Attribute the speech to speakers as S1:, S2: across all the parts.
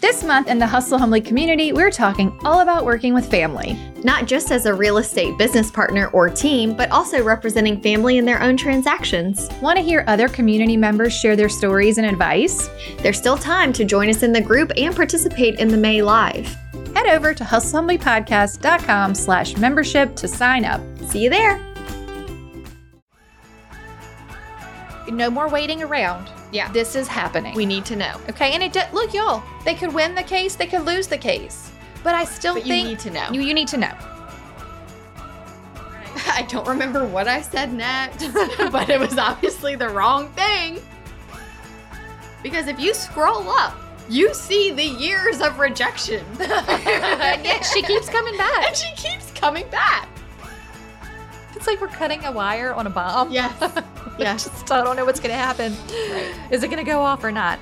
S1: This month in the Hustle Humbly community, we're talking all about working with family.
S2: Not just as a real estate business partner or team, but also representing family in their own transactions.
S1: Want to hear other community members share their stories and advice?
S2: There's still time to join us in the group and participate in the May Live.
S1: Head over to hustlehumblypodcast.com slash membership to sign up.
S2: See you there.
S1: No more waiting around.
S2: Yeah.
S1: This is happening.
S2: We need to know.
S1: Okay, and it do- look, y'all. They could win the case. They could lose the case. But I still
S2: But you
S1: think
S2: need to know.
S1: You, you need to know.
S2: I don't remember what I said next, but it was obviously the wrong thing. Because if you scroll up, you see the years of rejection.
S1: And yet she keeps coming back.
S2: And she keeps coming back.
S1: It's like we're cutting a wire on a bomb.
S2: Yes.
S1: We
S2: Yes.
S1: just don't know what's gonna happen.
S2: Right.
S1: Is it gonna go off or not?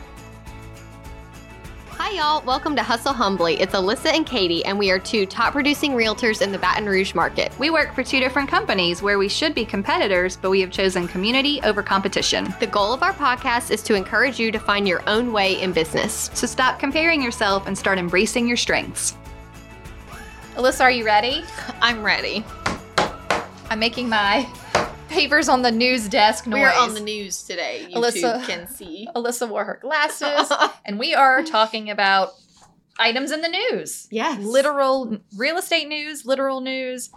S2: Hi, y'all. Welcome to Hustle Humbly. It's Alyssa and Katie, and we are two top producing realtors in the Baton Rouge market.
S3: We work for two different companies where we should be competitors, but we have chosen community over competition.
S2: The goal of our podcast is to encourage you to find your own way in business.
S3: So stop comparing yourself and start embracing your strengths.
S1: Alyssa, are you ready?
S2: I'm ready.
S1: I'm making my papers on the news desk noise.
S2: We are on the news today. You
S1: Alyssa.
S2: two can see.
S1: Alyssa wore her glasses, and we are talking about items in the news.
S2: Yes.
S1: Literal real estate news, literal news.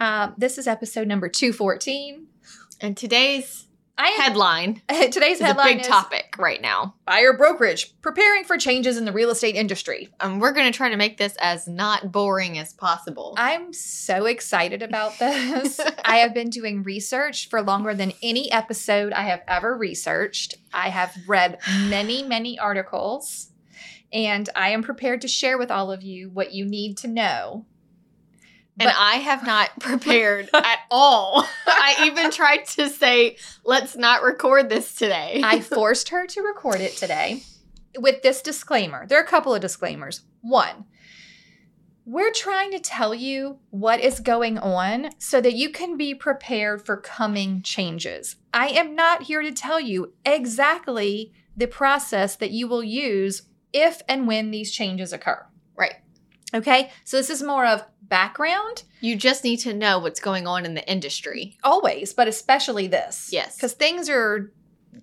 S1: Um, this is episode number 214.
S2: And today's
S1: I am,
S2: headline
S1: today's
S2: is a
S1: headline
S2: big
S1: is
S2: topic right now.
S1: buyer brokerage preparing for changes in the real estate industry.
S2: And Um, we're going to try to make this as not boring as possible.
S1: I'm so excited about this. I have been doing research for longer than any episode I have ever researched. I have read many, many articles, and I am prepared to share with all of you what you need to know.
S2: and
S1: but-
S2: I have not prepared at all. I even tried to say, let's not record this today.
S1: I forced her to record it today with this disclaimer. There are a couple of disclaimers. One, we're trying to tell you what is going on so that you can be prepared for coming changes. I am not here to tell you exactly the process that you will use if and when these changes occur.
S2: Right.
S1: Okay. So this is more of background
S2: You just need to know what's going on in the industry.
S1: always, but especially this.
S2: Yes.
S1: Because things are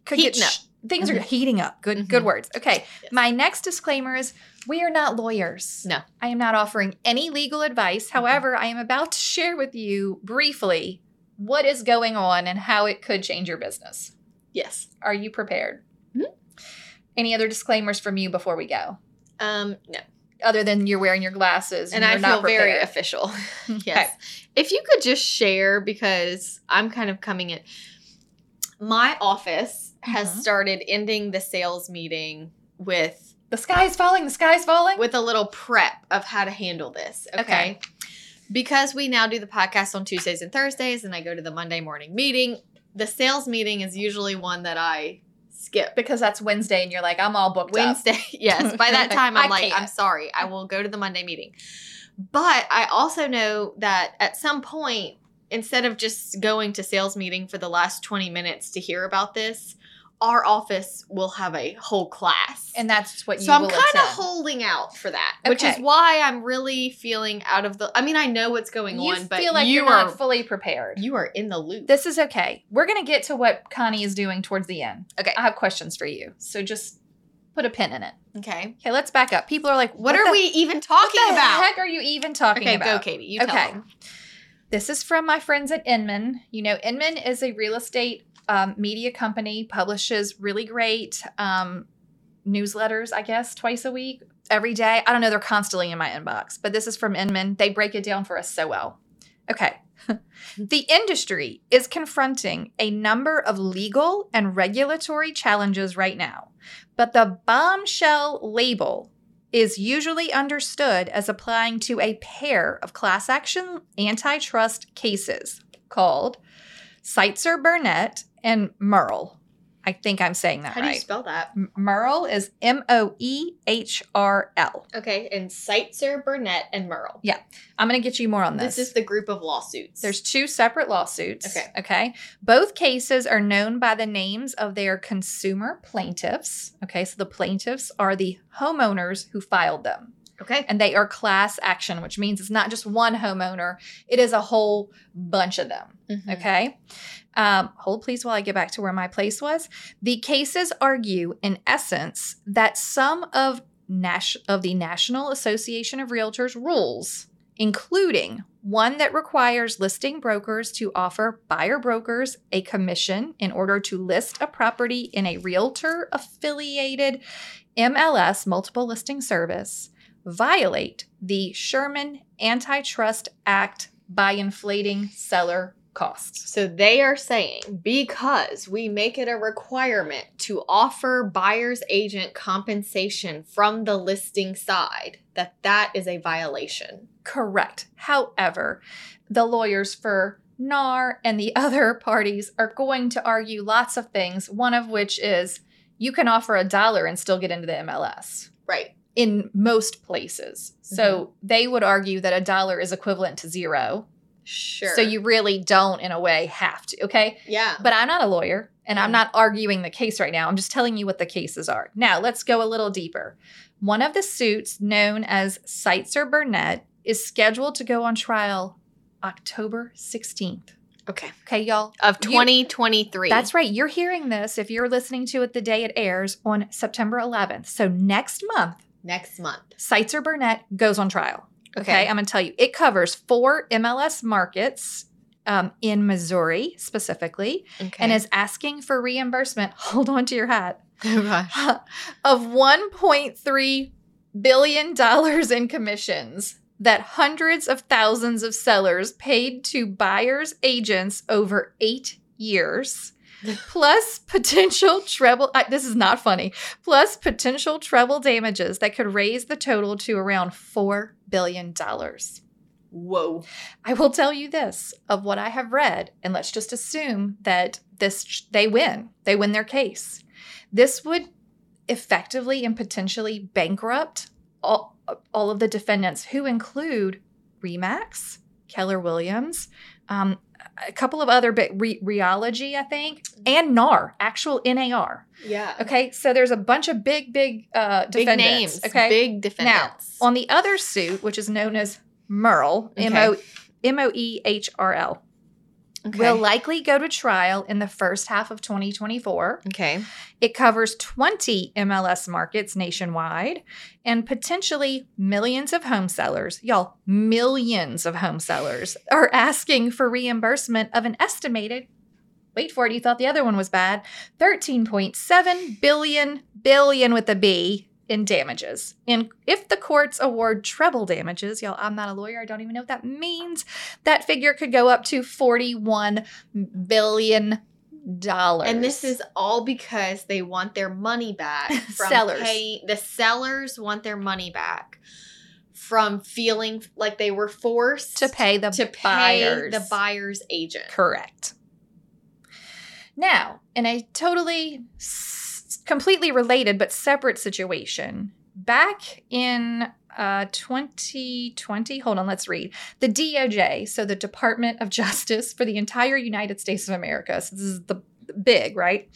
S1: could get
S2: Heating up.
S1: sh- things are
S2: Mhm.
S1: heating up. Good
S2: Mhm.
S1: good words. Okay.
S2: Yes.
S1: My next disclaimer is we are not lawyers.
S2: No. Mm-hmm.
S1: I am not offering any legal advice. However, I am about to share with you briefly what is going on and how it could change your business.
S2: Yes.
S1: Are you prepared?
S2: Mm-hmm.
S1: Any other disclaimers from you before we go?
S2: Um, no.
S1: Other than you're wearing your glasses and,
S2: And I
S1: you're not
S2: feel very
S1: prepared.
S2: official. Yes. If you could just share, because I'm kind of coming in. My office has
S1: Mhm.
S2: started ending the sales meeting with
S1: The sky is falling. The sky is falling.
S2: with a little prep of how to handle this. Okay.
S1: Okay.
S2: Because we now do the podcast on Tuesdays and Thursdays, and I go to the Monday morning meeting, the sales meeting is usually one that I skip.
S1: because that's Wednesday and you're like, I'm all booked up.
S2: Wednesday, yes. By that time, I'm
S1: I
S2: like, I'm
S1: can't.
S2: sorry, I will go to the Monday meeting. But I also know that at some point, instead of just going to sales meeting for the last 20 minutes to hear about this, our office will have a whole class
S1: And that's what you
S2: so I'm
S1: will
S2: kind of
S1: attend.
S2: holding out for that, which is
S1: Okay.
S2: why I'm really feeling out of the. I mean, I know what's going
S1: you
S2: on, but
S1: feel like
S2: you
S1: you're
S2: are
S1: not fully prepared.
S2: you are in the loop.
S1: this is okay. We're going to get to what Connie is doing towards the end.
S2: Okay.
S1: I have questions for you. So just put a pin in it.
S2: okay,
S1: Okay, let's back up. People are like,
S2: what,
S1: what,
S2: are
S1: the-
S2: we even
S1: what
S2: talking
S1: the
S2: about?
S1: heck are you even talking
S2: okay,
S1: about?
S2: go, Katie. You tell
S1: Okay.
S2: them.
S1: This is from my friends at Inman. You know, Inman is a real estate um, media company, publishes really great um, newsletters, I guess, twice a week, every day. I don't know, they're constantly in my inbox, but this is from Inman. They break it down for us so well. Okay. the industry is confronting a number of legal and regulatory challenges right now, but the bombshell label is usually understood as applying to a pair of class action antitrust cases called Seitzer Burnett and Merle. I think I'm saying that
S2: How do you
S1: right.
S2: spell that?
S1: M- Merle is M O E H R L.
S2: Okay, and Seitzer, Burnett, and Merle.
S1: I'm going to get you more on this.
S2: This is the group of lawsuits.
S1: There's two separate lawsuits.
S2: Okay.
S1: Okay. Both cases are known by the names of their consumer plaintiffs. Okay. So the plaintiffs are the homeowners who filed them.
S2: okay.
S1: And they are class action, which means it's not just one homeowner, it is a whole bunch of them.
S2: Mhm.
S1: Okay. Um, hold please while I get back to where my place was. The cases argue, in essence, that some of Nash- of the National Association of Realtors rules, including one that requires listing brokers to offer buyer brokers a commission in order to list a property in a realtor affiliated MLS multiple listing service, violate the Sherman Antitrust Act by inflating seller costs.
S2: So they are saying because we make it a requirement to offer buyer's agent compensation from the listing side that that is a violation.
S1: Correct. However, the lawyers for NAR and the other parties are going to argue lots of things, one of which is you can offer a dollar and still get into the MLS
S2: Right.
S1: in most places. So they would argue that a dollar is equivalent to zero.
S2: Sure.
S1: So you really don't, in a way, have to. Okay.
S2: yeah.
S1: But I'm not a lawyer and I'm
S2: Mhm.
S1: not arguing the case right now. I'm just telling you what the cases are. Now, let's go a little deeper. One of the suits, known as Seitzer Burnett, is scheduled to go on trial October 16th.
S2: Okay.
S1: Okay, y'all.
S2: Of
S1: You-
S2: 2023.
S1: That's right. You're hearing this if you're listening to it the day it airs on September 11th. So next month,
S2: next month.
S1: Seitzer Burnett goes on trial. Okay. Um,
S2: Okay.
S1: I'm going to tell you. It covers four MLS markets um, in Missouri specifically
S2: Okay.
S1: and is asking for reimbursement. Hold on to your hat
S2: Gosh.
S1: of 1.3 billion dollars in commissions that hundreds of thousands of sellers paid to buyers agents over 8 years plus potential treble I, this is not funny plus potential treble damages that could raise the total to around 4 billion dollars
S2: Whoa.
S1: I will tell you this of what I have read, and let's just assume that this they win. They win their case. This would effectively and potentially bankrupt all, all of the defendants, who include Remax, Keller Williams, um, a couple of other big re- Reology, I think, and NAR, actual NAR.
S2: Yeah.
S1: Okay, so there's a bunch of big, big uh,
S2: Big
S1: defendants.
S2: names.
S1: Okay,
S2: Big defendants.
S1: on the other suit, which is known as Merle,
S2: Okay.
S1: M O M O E H R L,
S2: okay.
S1: will likely go to trial in the first half of 2024.
S2: okay.
S1: It covers 20 MLS markets nationwide and potentially millions of home sellers. Y'all, millions of home sellers are asking for reimbursement of an estimated Wait for it, you thought the other one was bad. 13.7 billion billion with a B in damages. And if the courts award treble damages, y'all, I'm not a lawyer, I don't even know what that means. That figure could go up to 41 billion dollars.
S2: And this is all because they want their money back from
S1: Sellers.
S2: pay- the sellers want their money back from feeling like they were forced
S1: to pay the
S2: to pay
S1: buyers.
S2: the buyer's agent.
S1: Correct. Now, in a totally s- completely related but separate situation, back in uh, 2020, hold on, let's read. The DOJ, so the Department of Justice for the entire United States of America, so this is the the big, right?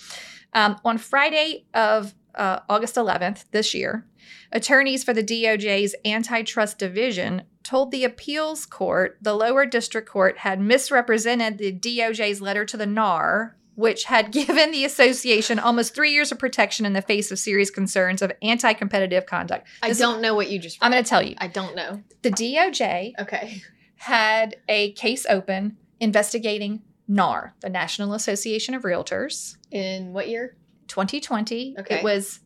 S1: Um, on Friday of uh, August 11th this year, Attorneys for the DOJ's antitrust division told the appeals court the lower district court had misrepresented the DOJ's letter to the NAR, which had given the association almost three years of protection in the face of serious concerns of anti competitive conduct.
S2: I
S1: This is-
S2: don't know what you just
S1: I'm going to tell you
S2: I don't know.
S1: the DOJ
S2: Okay.
S1: had a case open investigating NAR, the National Association of Realtors.
S2: In what year?
S1: 2020,
S2: Okay.
S1: it was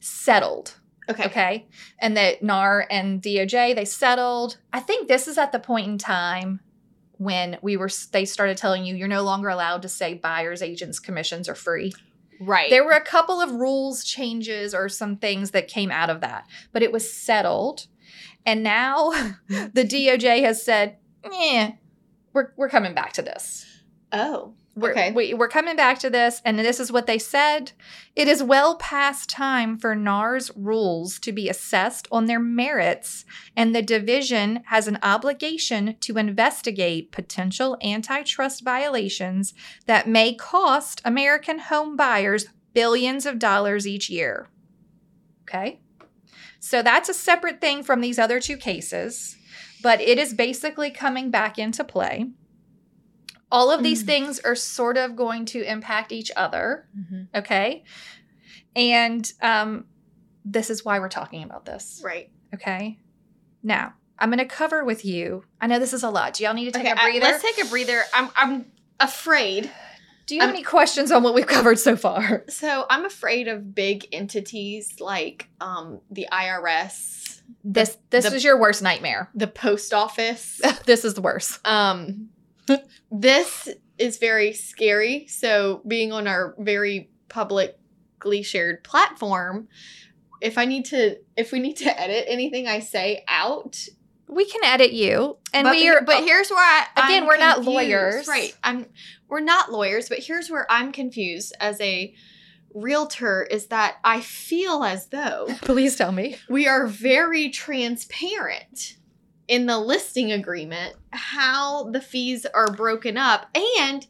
S1: settled.
S2: Okay.
S1: Okay. And that NAR and DOJ, they settled. I think this is at the point in time when we were they started telling you you're no longer allowed to say buyers agents commissions are free.
S2: Right.
S1: There were a couple of rules changes or some things that came out of that, but it was settled. And now the DOJ has said, "Yeah, we're we're coming back to this."
S2: oh.
S1: We're,
S2: Okay.
S1: we, we're coming back to this, and this is what they said. It is well past time for NAR's rules to be assessed on their merits, and the division has an obligation to investigate potential antitrust violations that may cost American home buyers billions of dollars each year. Okay. So that's a separate thing from these other two cases, but it is basically coming back into play. All of these
S2: Mm.
S1: things are sort of going to impact each other. Okay. And um, this is why we're talking about this.
S2: Right.
S1: Okay. Now, I'm going to cover with you. I know this is a lot. Do y'all need to take
S2: okay.
S1: a
S2: I-
S1: breather?
S2: let's take a breather. I'm I'm afraid.
S1: Do you have
S2: I'm-
S1: any questions on what we've covered so far?
S2: So I'm afraid of big entities like um the IRS,
S1: This this
S2: the-
S1: is your worst nightmare.
S2: the post office.
S1: this is the worst.
S2: um this is very scary. So being on our very publicly shared platform, if I need to if we need to edit anything I say out,
S1: We can edit you, and
S2: but,
S1: we oh. are.
S2: but here's where I
S1: Again,
S2: I'm
S1: we're not
S2: confused.
S1: lawyers.
S2: right? I'm we're not lawyers, but here's where I'm confused as a realtor is that I feel as though
S1: please tell me.
S2: we are very transparent in the listing agreement how the fees are broken up and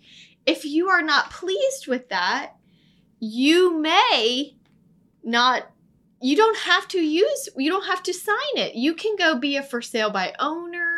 S2: if you are not pleased with that you may not you don't have to use you don't have to sign it you can go be a for sale by owner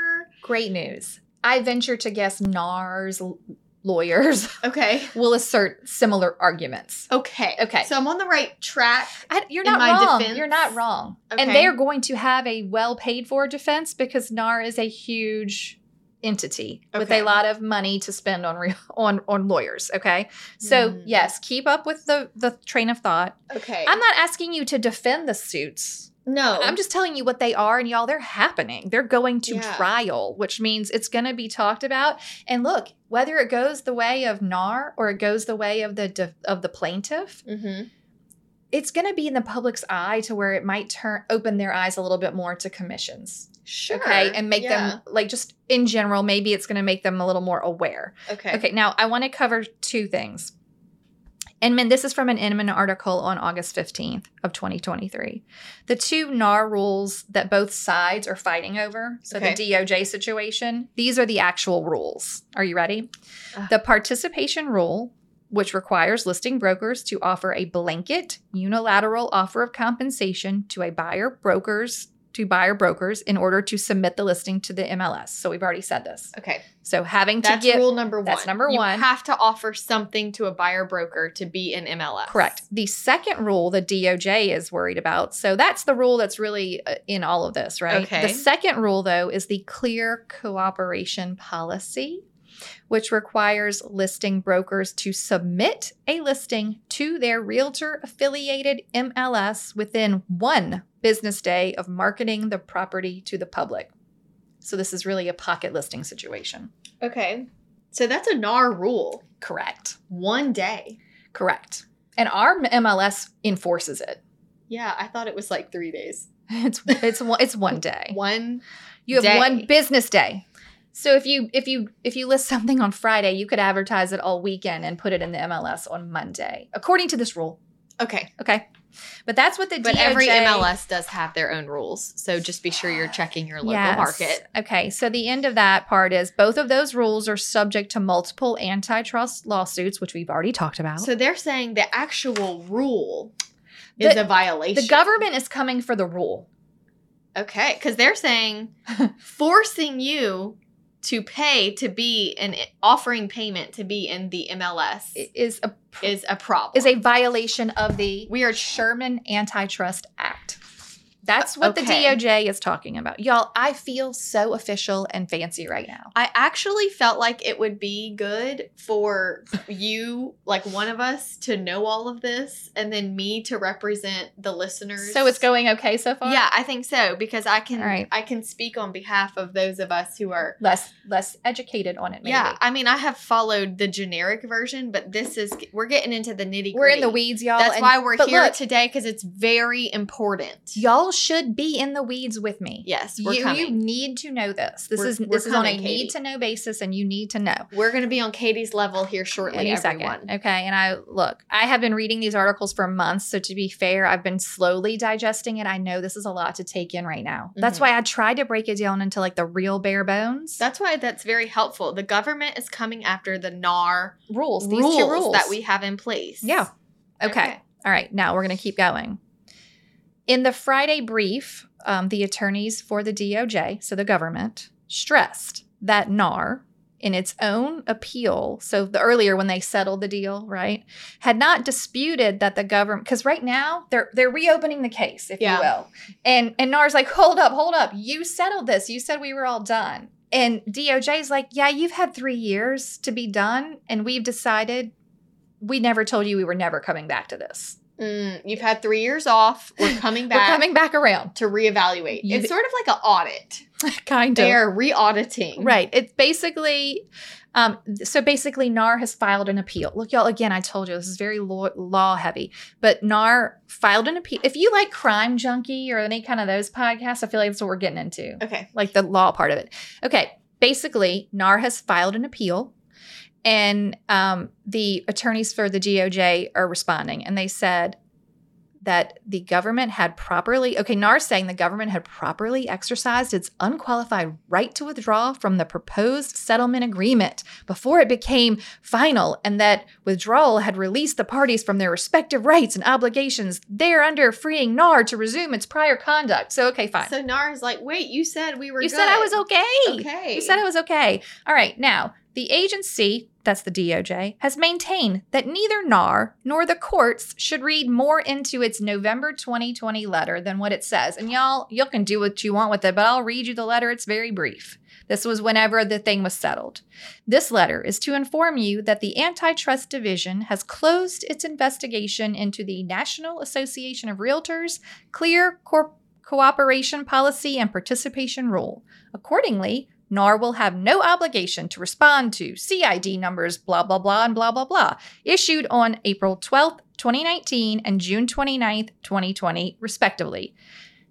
S1: Great news. I venture to guess NAR's l- lawyers
S2: okay
S1: will assert similar arguments.
S2: Okay.
S1: Okay.
S2: So I'm on the right track.
S1: I, you're
S2: In
S1: not
S2: my
S1: wrong.
S2: defense-
S1: You're not wrong.
S2: Okay.
S1: And they are going to have a well paid for defense because NAR is a huge entity with
S2: Okay.
S1: a lot of money to spend on re- on on lawyers. Okay, so
S2: Hmm.
S1: yes, keep up with the the train of thought.
S2: Okay.
S1: I'm not asking you to defend the suits.
S2: no.
S1: I'm just telling you what they are, and y'all, they're happening. They're going to
S2: Yeah.
S1: trial, which means it's going to be talked about. And look, whether it goes the way of NAR or it goes the way of the de- of the plaintiff,
S2: hmm
S1: it's going to be in the public's eye to where it might turn open their eyes a little bit more to commissions.
S2: Sure.
S1: Okay, and make
S2: Yeah.
S1: them like just in general, maybe it's going to make them a little more aware.
S2: Okay.
S1: Okay, now I want to cover two things. Inman, this is from an Inman article on August 15th of 2023. The two NAR rules that both sides are fighting over, so
S2: Okay.
S1: the DOJ situation, these are the actual rules. Are you ready?
S2: Ugh.
S1: The participation rule, which requires listing brokers to offer a blanket unilateral offer of compensation to a buyer brokers to buyer brokers in order to submit the listing to the MLS. So we've already said this.
S2: Okay.
S1: So having to
S2: That's
S1: give
S2: rule number one.
S1: that's number
S2: You
S1: one.
S2: have to offer something to a buyer broker to be an MLS.
S1: Correct. The second rule the DOJ is worried about. So that's the rule that's really uh, in all of this, right?
S2: Okay.
S1: The second rule, though, is the clear cooperation policy, which requires listing brokers to submit a listing to their realtor affiliated MLS within one business day of marketing the property to the public. So this is really a pocket listing situation.
S2: Okay. So that's a NAR rule.
S1: Correct.
S2: One day.
S1: Correct. And our MLS enforces it.
S2: Yeah, I thought it was like three days.
S1: It's it's one- it's one day.
S2: One.
S1: You have
S2: day.
S1: one business day. So if you if you if you list something on Friday, you could advertise it all weekend and put it in the MLS on Monday, according to this rule.
S2: Okay.
S1: Okay, but that's what the
S2: But
S1: DOJ
S2: every MLS does have their own rules. So just be sure you're checking your local
S1: Yes.
S2: market.
S1: Okay, so the end of that part is both of those rules are subject to multiple antitrust lawsuits, which we've already talked about.
S2: So they're saying the actual rule
S1: The-
S2: is a violation.
S1: the government is coming for the rule.
S2: Okay, because they're saying forcing you to pay to be an offering payment to be in the MLS
S1: i- Is a
S2: is a problem.
S1: is a violation of the
S2: we are
S1: Sherman Antitrust Act. That's what
S2: Okay.
S1: the DOJ is talking about. Y'all, I feel so official and fancy right now.
S2: I actually felt like it would be good for you, like one of us, to know all of this, and then me to represent the listeners.
S1: So it's going okay so far?
S2: Yeah, I think so because I can.
S1: All right.
S2: I can speak on behalf of those of us who are.
S1: Less less educated on it, maybe.
S2: Yeah, I mean, I have followed the generic version, but this is we're getting into the nitty.
S1: We're in the weeds, y'all.
S2: That's
S1: and-
S2: why we're
S1: but
S2: here
S1: look,
S2: today because it's very important.
S1: y'all should be in the weeds with me.
S2: Yes, we're
S1: You, you
S2: coming.
S1: need to know this. This
S2: We're-
S1: is
S2: we're
S1: this is on a
S2: coming, Katie.
S1: need to know basis, and you need to know.
S2: We're going to be on Katie's level here shortly,
S1: Any second.
S2: everyone.
S1: Okay. And I look, I have been reading these articles for months. So to be fair, I've been slowly digesting it. I know this is a lot to take in right now. That's
S2: Mhm.
S1: why I tried to break it down into like the real bare bones
S2: That's why that's very helpful. The government is coming after the NAR
S1: rules,
S2: rules,
S1: these two rules
S2: that we have in place.
S1: Yeah. okay. All right, now we're going to keep going. In the Friday brief, um, the attorneys for the DOJ, so the government, stressed that NAR, in its own appeal, so the earlier when they settled the deal, right, had not disputed that the government, because right now they're they're reopening the case, if
S2: Yeah.
S1: you will, and and NAR's like, hold up, hold up, you settled this, you said we were all done, and DOJ's like, yeah, you've had three years to be done, and we've decided we never told you we were never coming back to this.
S2: Mm, you've had three years off. We're coming back
S1: We're coming back around.
S2: to reevaluate.
S1: You-
S2: it's sort of like an audit.
S1: Kind
S2: They are re-auditing.
S1: Right. It's basically, um, so basically, NAR has filed an appeal. Look, y'all, again, I told you this is very law, law heavy, but NAR filed an appeal. If you like Crime Junkie or any kind of those podcasts, I feel like that's what we're getting into,
S2: Okay.
S1: like the law part of it. Okay. Basically, NAR has filed an appeal, and um, the attorneys for the DOJ are responding, and they said, that the government had properly, okay, NAR saying the government had properly exercised its unqualified right to withdraw from the proposed settlement agreement before it became final, and that withdrawal had released the parties from their respective rights and obligations, thereunder freeing NAR to resume its prior conduct. So, okay, fine.
S2: So NAR is like, wait, you said we were.
S1: you said I
S2: good.
S1: was okay.
S2: Okay.
S1: You said it was okay. All right, now the agency, that's the DOJ, has maintained that neither NAR nor the courts should read more into its November 2020 letter than what it says. And y'all, y'all can do what you want with it, but I'll read you the letter. It's very brief. This was whenever the thing was settled. This letter is to inform you that the Antitrust Division has closed its investigation into the National Association of Realtors Clear Corp- Cooperation Policy and Participation Rule. Accordingly, NAR will have no obligation to respond to CID numbers, blah, blah, blah, and blah, blah, blah, issued on April 12th, 2019 and June 29th, 2020, respectively.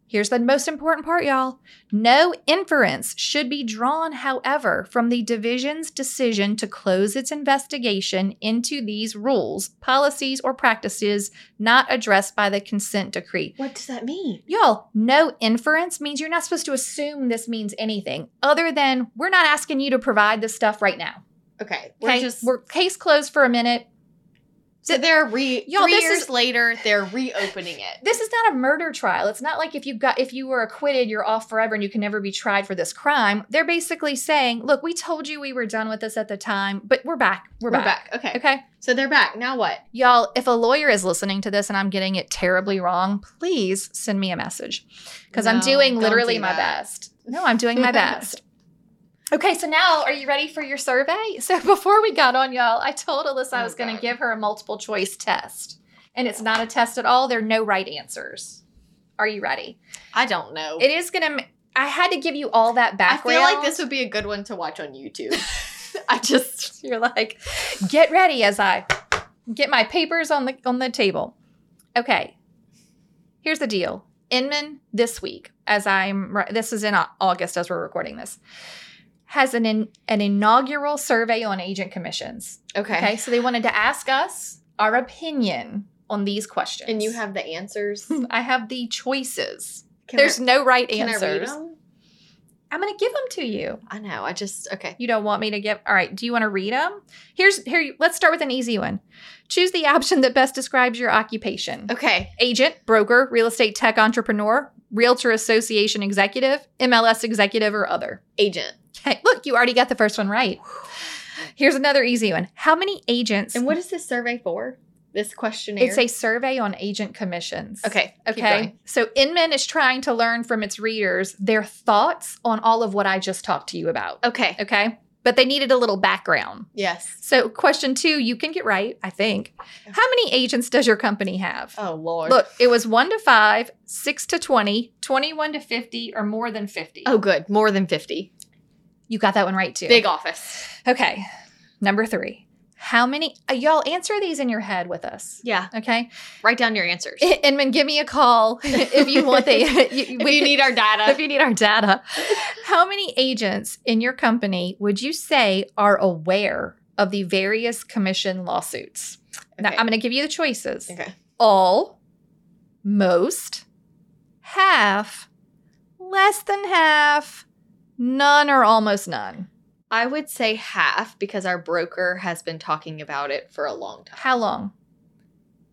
S1: Here's the most important part, y'all. No inference should be drawn, however, from the division's decision to close its investigation into these rules, policies, or practices not addressed by the consent decree.
S2: What does that mean?
S1: Y'all, no inference means you're not supposed to assume this means anything other than we're not asking you to provide this stuff right now.
S2: Okay. We're
S1: Okay,
S2: just.
S1: we're case closed for a minute.
S2: so they're re.
S1: Y'all,
S2: three
S1: this
S2: years
S1: is-
S2: later, they're reopening it.
S1: This is not a murder trial. It's not like if you got if you were acquitted, you're off forever and you can never be tried for this crime. They're basically saying, "Look, we told you we were done with this at the time, but we're back. We're, back.
S2: Okay.
S1: Okay?
S2: So they're back. Now what?
S1: Y'all, if a lawyer is listening to this and I'm getting it terribly wrong, please send me a message because I'm
S2: No,
S1: doing
S2: don't
S1: literally
S2: do
S1: my
S2: that.
S1: best. No, I'm doing my best. Okay, so now are you ready for your survey? So before we got on, y'all, I told Alyssa I
S2: Oh,
S1: was going to
S2: God.
S1: give her a multiple choice test. And it's not a test at all. There are no right answers. Are you ready?
S2: I don't know.
S1: It is going to, I had to give you all that
S2: Oh. I
S1: background.
S2: feel like this would be a good one to watch on YouTube. I just.
S1: You're like, get ready as I get my papers on the on the table. Okay. Here's the deal. Inman this week, as I'm ri- this is in Au- August as we're recording this, has an in, an inaugural survey on agent commissions.
S2: Okay.
S1: Okay. so they wanted to ask us our opinion on these questions.
S2: And you have the answers.
S1: I have the choices.
S2: Can
S1: There's
S2: I,
S1: no right
S2: can I read
S1: answers.
S2: them?
S1: I'm going to give them to you.
S2: I know. I just. Okay.
S1: You don't want me to give. All right. Do you want to read them? Here's here. you- Let's start with an easy one. Choose the option that best describes your occupation:
S2: Okay.
S1: agent, broker, real estate tech entrepreneur, realtor association executive, MLS executive, or other.
S2: Agent.
S1: Okay. Look, you already got the first one right. Here's another easy one. How many agents?
S2: And what is this survey for? This questionnaire.
S1: It's a survey on agent commissions.
S2: okay. keep
S1: Okay.
S2: going.
S1: So Inman is trying to learn from its readers their thoughts on all of what I just talked to you about.
S2: Okay.
S1: Okay. But they needed a little background.
S2: Yes.
S1: So, question two, you can get right, I think. How many agents does your company have?
S2: Oh Lord.
S1: Look, it was one to five, six to 20, 21 to 50, or more than 50.
S2: Oh, good. More than fifty.
S1: you got that one right too.
S2: Big office.
S1: Okay. Number three, How many? Uh, y'all answer these in your head with us.
S2: Yeah.
S1: Okay.
S2: Write down your answers.
S1: And then give me a call if you want the. you-
S2: if you need our
S1: if
S2: data.
S1: you need our data. How many agents in your company would you say are aware of the various commission lawsuits? Now,
S2: Okay.
S1: I'm going to give you the choices
S2: okay.
S1: all, most, half, less than half, none, or almost none.
S2: I would say half because our broker has been talking about it for a long time.
S1: How long?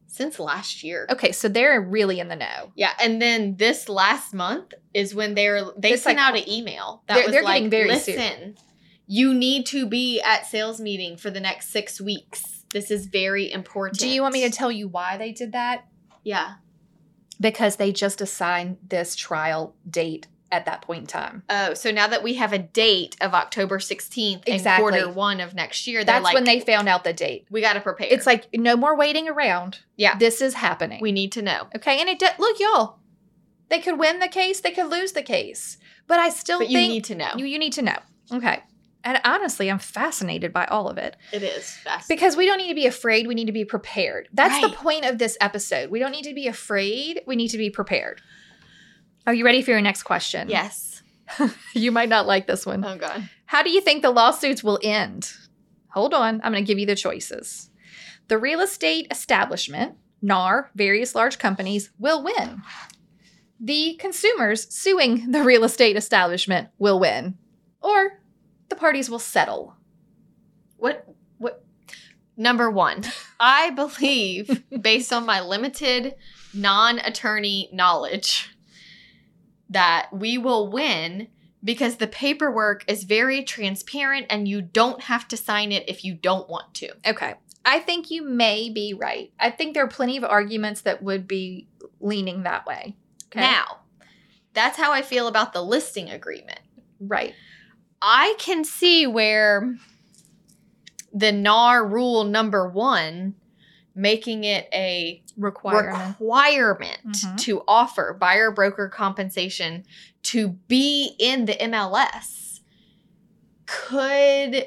S2: Since last year.
S1: Okay, so they're really in the know.
S2: Yeah, and then this last month is when they're they
S1: It's
S2: sent
S1: like-
S2: out an email that
S1: They're-
S2: was
S1: they're
S2: like,
S1: getting very
S2: "Listen,
S1: serious."
S2: you need to be at sales meeting for the next six weeks. This is very important."
S1: Do you want me to tell you why they did that?
S2: yeah.
S1: Because they just assigned this trial date at that point in time.
S2: Oh, so now that we have a date of October sixteenth
S1: Exactly.
S2: and quarter one of next year, they're
S1: That's
S2: like,
S1: when they found out the date.
S2: "We got to prepare."
S1: It's like no more waiting around.
S2: Yeah.
S1: this is happening.
S2: we need to know.
S1: okay, and it de- look, y'all. They could win the case. They could lose the case. But I still
S2: But you
S1: think
S2: need to know.
S1: you you need to know. Okay, and honestly, I'm fascinated by all of it
S2: it is fast.
S1: because we don't need to be afraid. We need to be prepared. That's the
S2: Right.
S1: point of this episode. We don't need to be afraid. We need to be prepared. Are you ready for your next question?
S2: yes.
S1: You might not like this one.
S2: Oh god.
S1: How do you think the lawsuits will end? Hold on, I'm going to give you the choices. The real estate establishment, NAR, various large companies, will win. The consumers suing the real estate establishment will win. Or the parties will settle.
S2: What what number 1. I believe based on my limited non-attorney knowledge that we will win because the paperwork is very transparent and you don't have to sign it if you don't want to.
S1: Okay. I think you may be right. I think there are plenty of arguments that would be leaning that way. Okay.
S2: Now, that's how I feel about the listing agreement.
S1: right.
S2: I can see where the NAR rule number 1 making it a
S1: Requirement.
S2: requirement,
S1: Mhm.
S2: to offer buyer broker compensation to be in the MLS could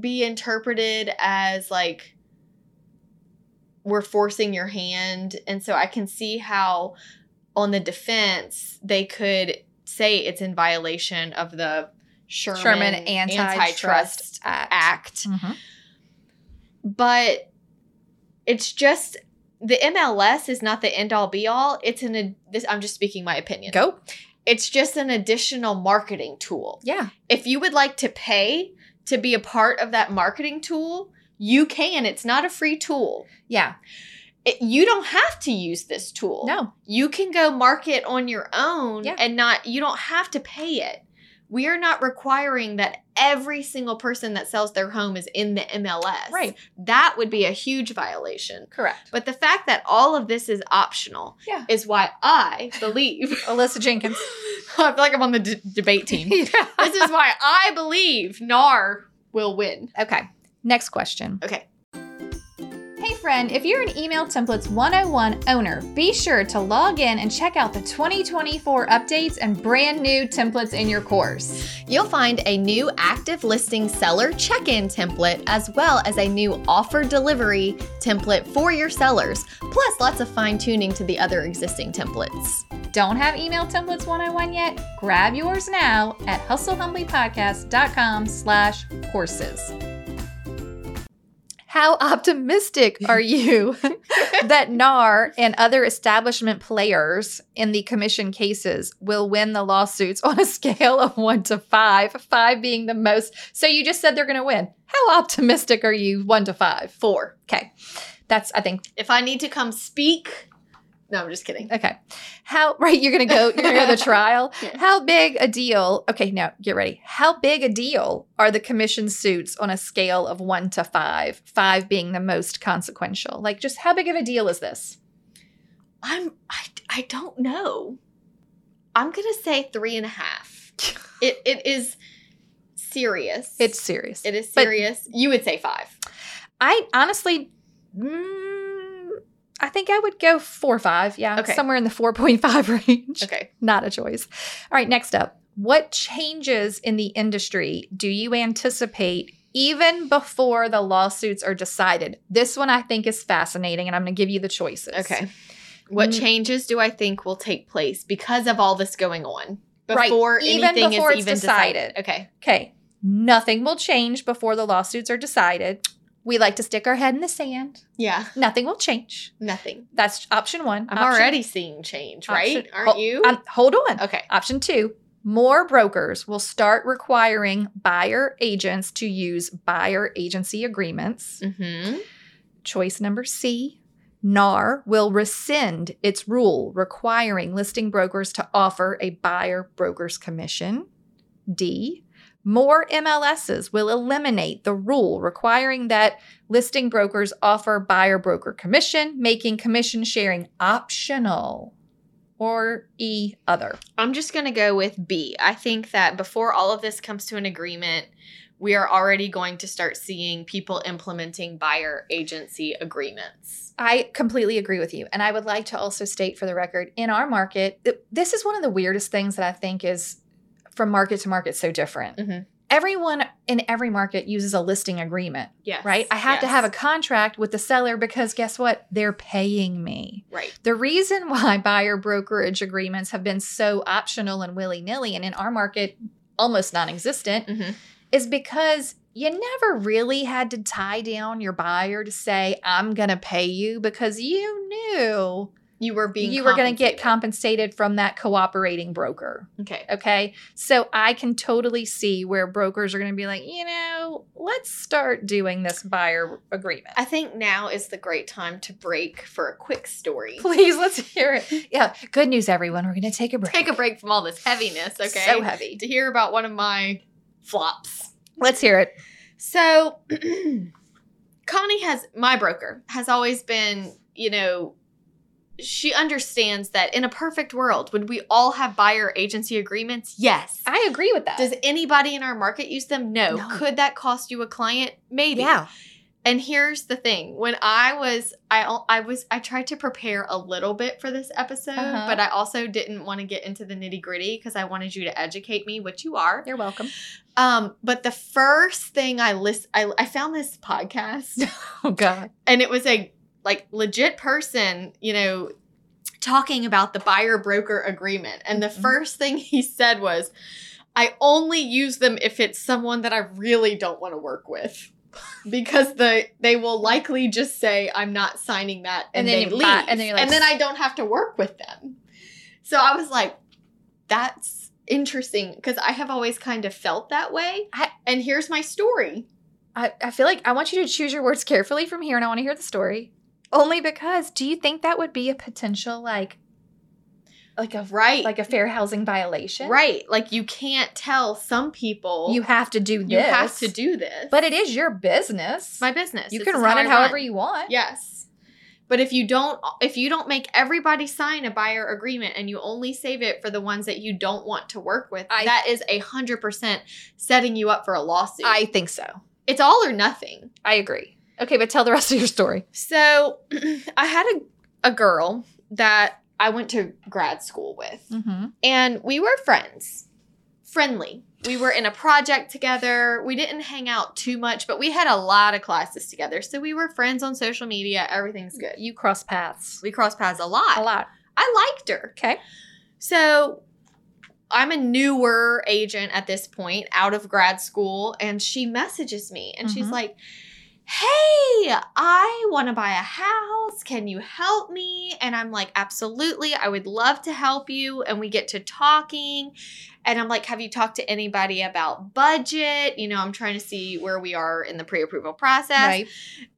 S2: be interpreted as like we're forcing your hand. And so I can see how on the defense they could say it's in violation of the Sherman,
S1: Sherman
S2: Antitrust,
S1: Antitrust Act. Mm-hmm.
S2: Act but it's just the MLS is not the end all be all. It's an ad- this I'm just speaking my opinion.
S1: Go.
S2: It's just an additional marketing tool.
S1: Yeah.
S2: If you would like to pay to be a part of that marketing tool, you can. It's not a free tool.
S1: Yeah.
S2: It, you don't have to use this tool.
S1: No.
S2: You can go market on your own
S1: Yeah.
S2: and not you don't have to pay it. We are not requiring that every single person that sells their home is in the MLS.
S1: Right.
S2: That would be a huge violation.
S1: Correct.
S2: But the fact that all of this is optional
S1: Yeah.
S2: is why I believe.
S1: Alyssa Jenkins.
S2: I feel like I'm on the d- debate team. this is why I believe NAR will win.
S1: Okay. Next question.
S2: Okay.
S1: Hey friend, if you're an Email Templates 101 owner, be sure to log in and check out the 2024 updates and brand new templates in your course.
S2: You'll find a new active listing seller check in template as well as a new offer delivery template for your sellers, plus lots of fine tuning to the other existing templates.
S1: Don't have Email Templates 101 yet? Grab yours now at hustlehumblypodcast.com slash courses. How optimistic are you that NAR and other establishment players in the commission cases will win the lawsuits on a scale of one to five, five being the most. So you just said they're going to win. How optimistic are you, one to five?
S2: Four.
S1: Okay. That's, I think,
S2: If I need to come speak, no, I'm just kidding.
S1: okay. How, right, you're going to go, you're going to go to trial.
S2: Yeah.
S1: How big a deal, okay, now get ready. How big a deal are the commission suits on a scale of one to five, five being the most consequential? Like, just how big of a deal is this?
S2: I'm I, I don't know. I'm gonna say three and a half. it it is serious.
S1: It's serious.
S2: it is
S1: but-
S2: serious. you would say five.
S1: I honestly, mm, I think I would go four or five. Yeah,
S2: Okay.
S1: somewhere in the four point five range.
S2: Okay.
S1: Not a choice. All right, next up, what changes in the industry do you anticipate even before the lawsuits are decided. This one I think is fascinating, and I'm going to give you the choices.
S2: Okay. What
S1: Mm.
S2: changes do I think will take place because of all this going on?
S1: Right.
S2: Before
S1: Even
S2: anything
S1: before
S2: is
S1: it's
S2: even decided.
S1: decided.
S2: Okay.
S1: Okay. Nothing will change before the lawsuits are decided. We like to stick our head in the sand.
S2: Yeah.
S1: Nothing will change.
S2: Nothing.
S1: That's option one.
S2: I'm
S1: Option-
S2: already seeing change, right?
S1: option-
S2: Aren't
S1: hol-
S2: you?
S1: um, hold on.
S2: okay.
S1: Option two more brokers will start requiring buyer agents to use buyer agency agreements.
S2: Mm-hmm.
S1: Choice number C NAR will rescind its rule requiring listing brokers to offer a buyer broker's commission. D more MLSs will eliminate the rule requiring that listing brokers offer buyer broker commission, making commission sharing optional. Or E, other.
S2: I'm just going to go with B. I think that before all of this comes to an agreement, we are already going to start seeing people implementing buyer agency agreements.
S1: I completely agree with you. And I would like to also state for the record in our market, th- this is one of the weirdest things that I think is from market to market so different.
S2: Mhm.
S1: Everyone in every market uses a listing agreement,
S2: Yes.
S1: right? I have to
S2: yes.
S1: have a contract with the seller because guess what? They're paying me.
S2: Right.
S1: The reason why buyer brokerage agreements have been so optional and willy nilly, and in our market, almost non existent,
S2: Mm-hmm.
S1: is because you never really had to tie down your buyer to say, I'm going to pay you because you knew
S2: You were being
S1: you were going to get
S2: compensated.
S1: compensated from that cooperating broker.
S2: Okay.
S1: Okay. So I can totally see where brokers are going to be like, you know, let's start doing this buyer agreement.
S2: I think now is the great time to break for a quick story.
S1: Please, let's hear it. Yeah. Good news, everyone. We're going to take a break.
S2: Take a break from all this heaviness, okay?
S1: So heavy.
S2: To hear about one of my flops.
S1: Let's hear it.
S2: So, Connie has my broker has always been, you know, she understands that in a perfect world, would we all have buyer agency agreements? Yes.
S1: I agree with that.
S2: Does anybody in our market use them? No.
S1: No.
S2: Could that cost you a client? Maybe.
S1: yeah.
S2: And here's the thing: when I was, I al- I was, I tried to prepare a little bit for this episode,
S1: Uh-huh.
S2: but I also didn't want to get into the nitty gritty because I wanted you to educate me, which you are.
S1: You're welcome.
S2: Um, but the first thing I list, I, I found this podcast,
S1: Oh, God.
S2: and it was a like legit person, you know, talking about the buyer broker agreement. And the
S1: Mhm.
S2: first thing he said was, "I only use them if it's someone that I really don't want to work with." Because the they will likely just say I'm not signing that,
S1: And
S2: and,
S1: then
S2: they
S1: you
S2: leave,
S1: buy- and then you're like,
S2: and then I don't have to work with them. So I was like, that's interesting because I have always kind of felt that way.
S1: I-
S2: and here's my story.
S1: I, I feel like I want you to choose your words carefully from here and I want to hear the story. Only because do you think that would be a potential like like a
S2: Right.
S1: like a fair housing violation?
S2: right. Like you can't tell some people
S1: You have to do this.
S2: you have to do this.
S1: But it is your business.
S2: It's my business.
S1: you
S2: This
S1: can
S2: is
S1: run
S2: how
S1: it
S2: I
S1: however
S2: run.
S1: you want.
S2: Yes. But if you don't if you don't make everybody sign a buyer agreement and you only save it for the ones that you don't want to work with,
S1: I-
S2: that is a hundred percent setting you up for a lawsuit.
S1: I think so.
S2: it's all or nothing.
S1: I agree. Okay, but tell the rest of your story.
S2: So I had a, a girl that I went to grad school with,
S1: Mm-hmm.
S2: and we were friends, friendly. We were in a project together. We didn't hang out too much, but we had a lot of classes together. So we were friends on social media. Everything's good.
S1: You cross paths
S2: We crossed paths Mm. a lot.
S1: a lot.
S2: I liked her.
S1: Okay.
S2: So I'm a newer agent at this point, out of grad school, and she messages me and she's
S1: Mhm.
S2: like, Hey, I want to buy a house. Can you help me? And I'm like, Absolutely. I would love to help you. And we get to talking. And I'm like, Have you talked to anybody about budget? You know, I'm trying to see where we are in the pre approval process.
S1: Right.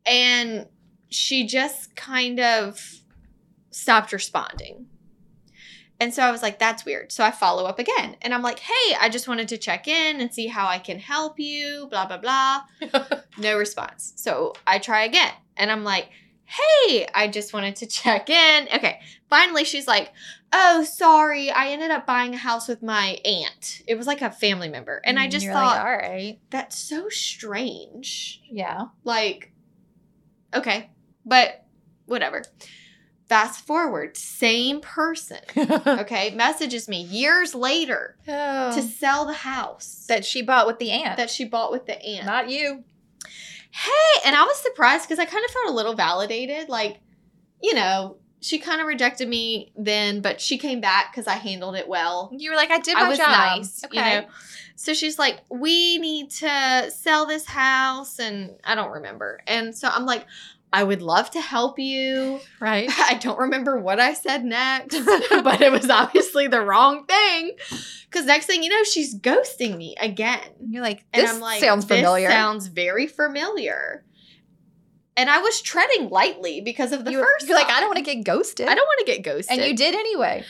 S2: And she just kind of stopped responding. And so I was like, that's weird. So I follow up again. And I'm like, hey, I just wanted to check in and see how I can help you, blah, blah, blah. no response. So I try again. And I'm like, hey, I just wanted to check in. Okay. Finally, she's like, oh, sorry. I ended up buying a house with my aunt. It was like a family member. And I just
S1: Mm, You're
S2: thought,
S1: like, all right.
S2: that's so strange
S1: Yeah.
S2: like okay but whatever Fast forward, same person, okay, messages me years later to
S1: Oh.
S2: sell the house that,
S1: That she bought with the aunt.
S2: that she bought with the aunt.
S1: Not you.
S2: hey, and I was surprised because I kind of felt a little validated. Like, you know, she kind of rejected me then, but she came back because I handled it well.
S1: You were like, I did my
S2: I was
S1: job.
S2: nice,
S1: Okay.
S2: you know. So she's like, "We need to sell this house," and I don't remember. And so I'm like, "I would love to help you."
S1: Right.
S2: I don't remember what I said next, but it was obviously the wrong thing. Because next thing you know, she's ghosting me again,
S1: And You're like,
S2: and
S1: this
S2: I'm like,
S1: sounds
S2: "This
S1: familiar.
S2: sounds very familiar." And I was treading lightly because of the
S1: you,
S2: first.
S1: you're like, I
S2: time.
S1: don't want to get ghosted.
S2: I don't want to get ghosted.
S1: And you did anyway.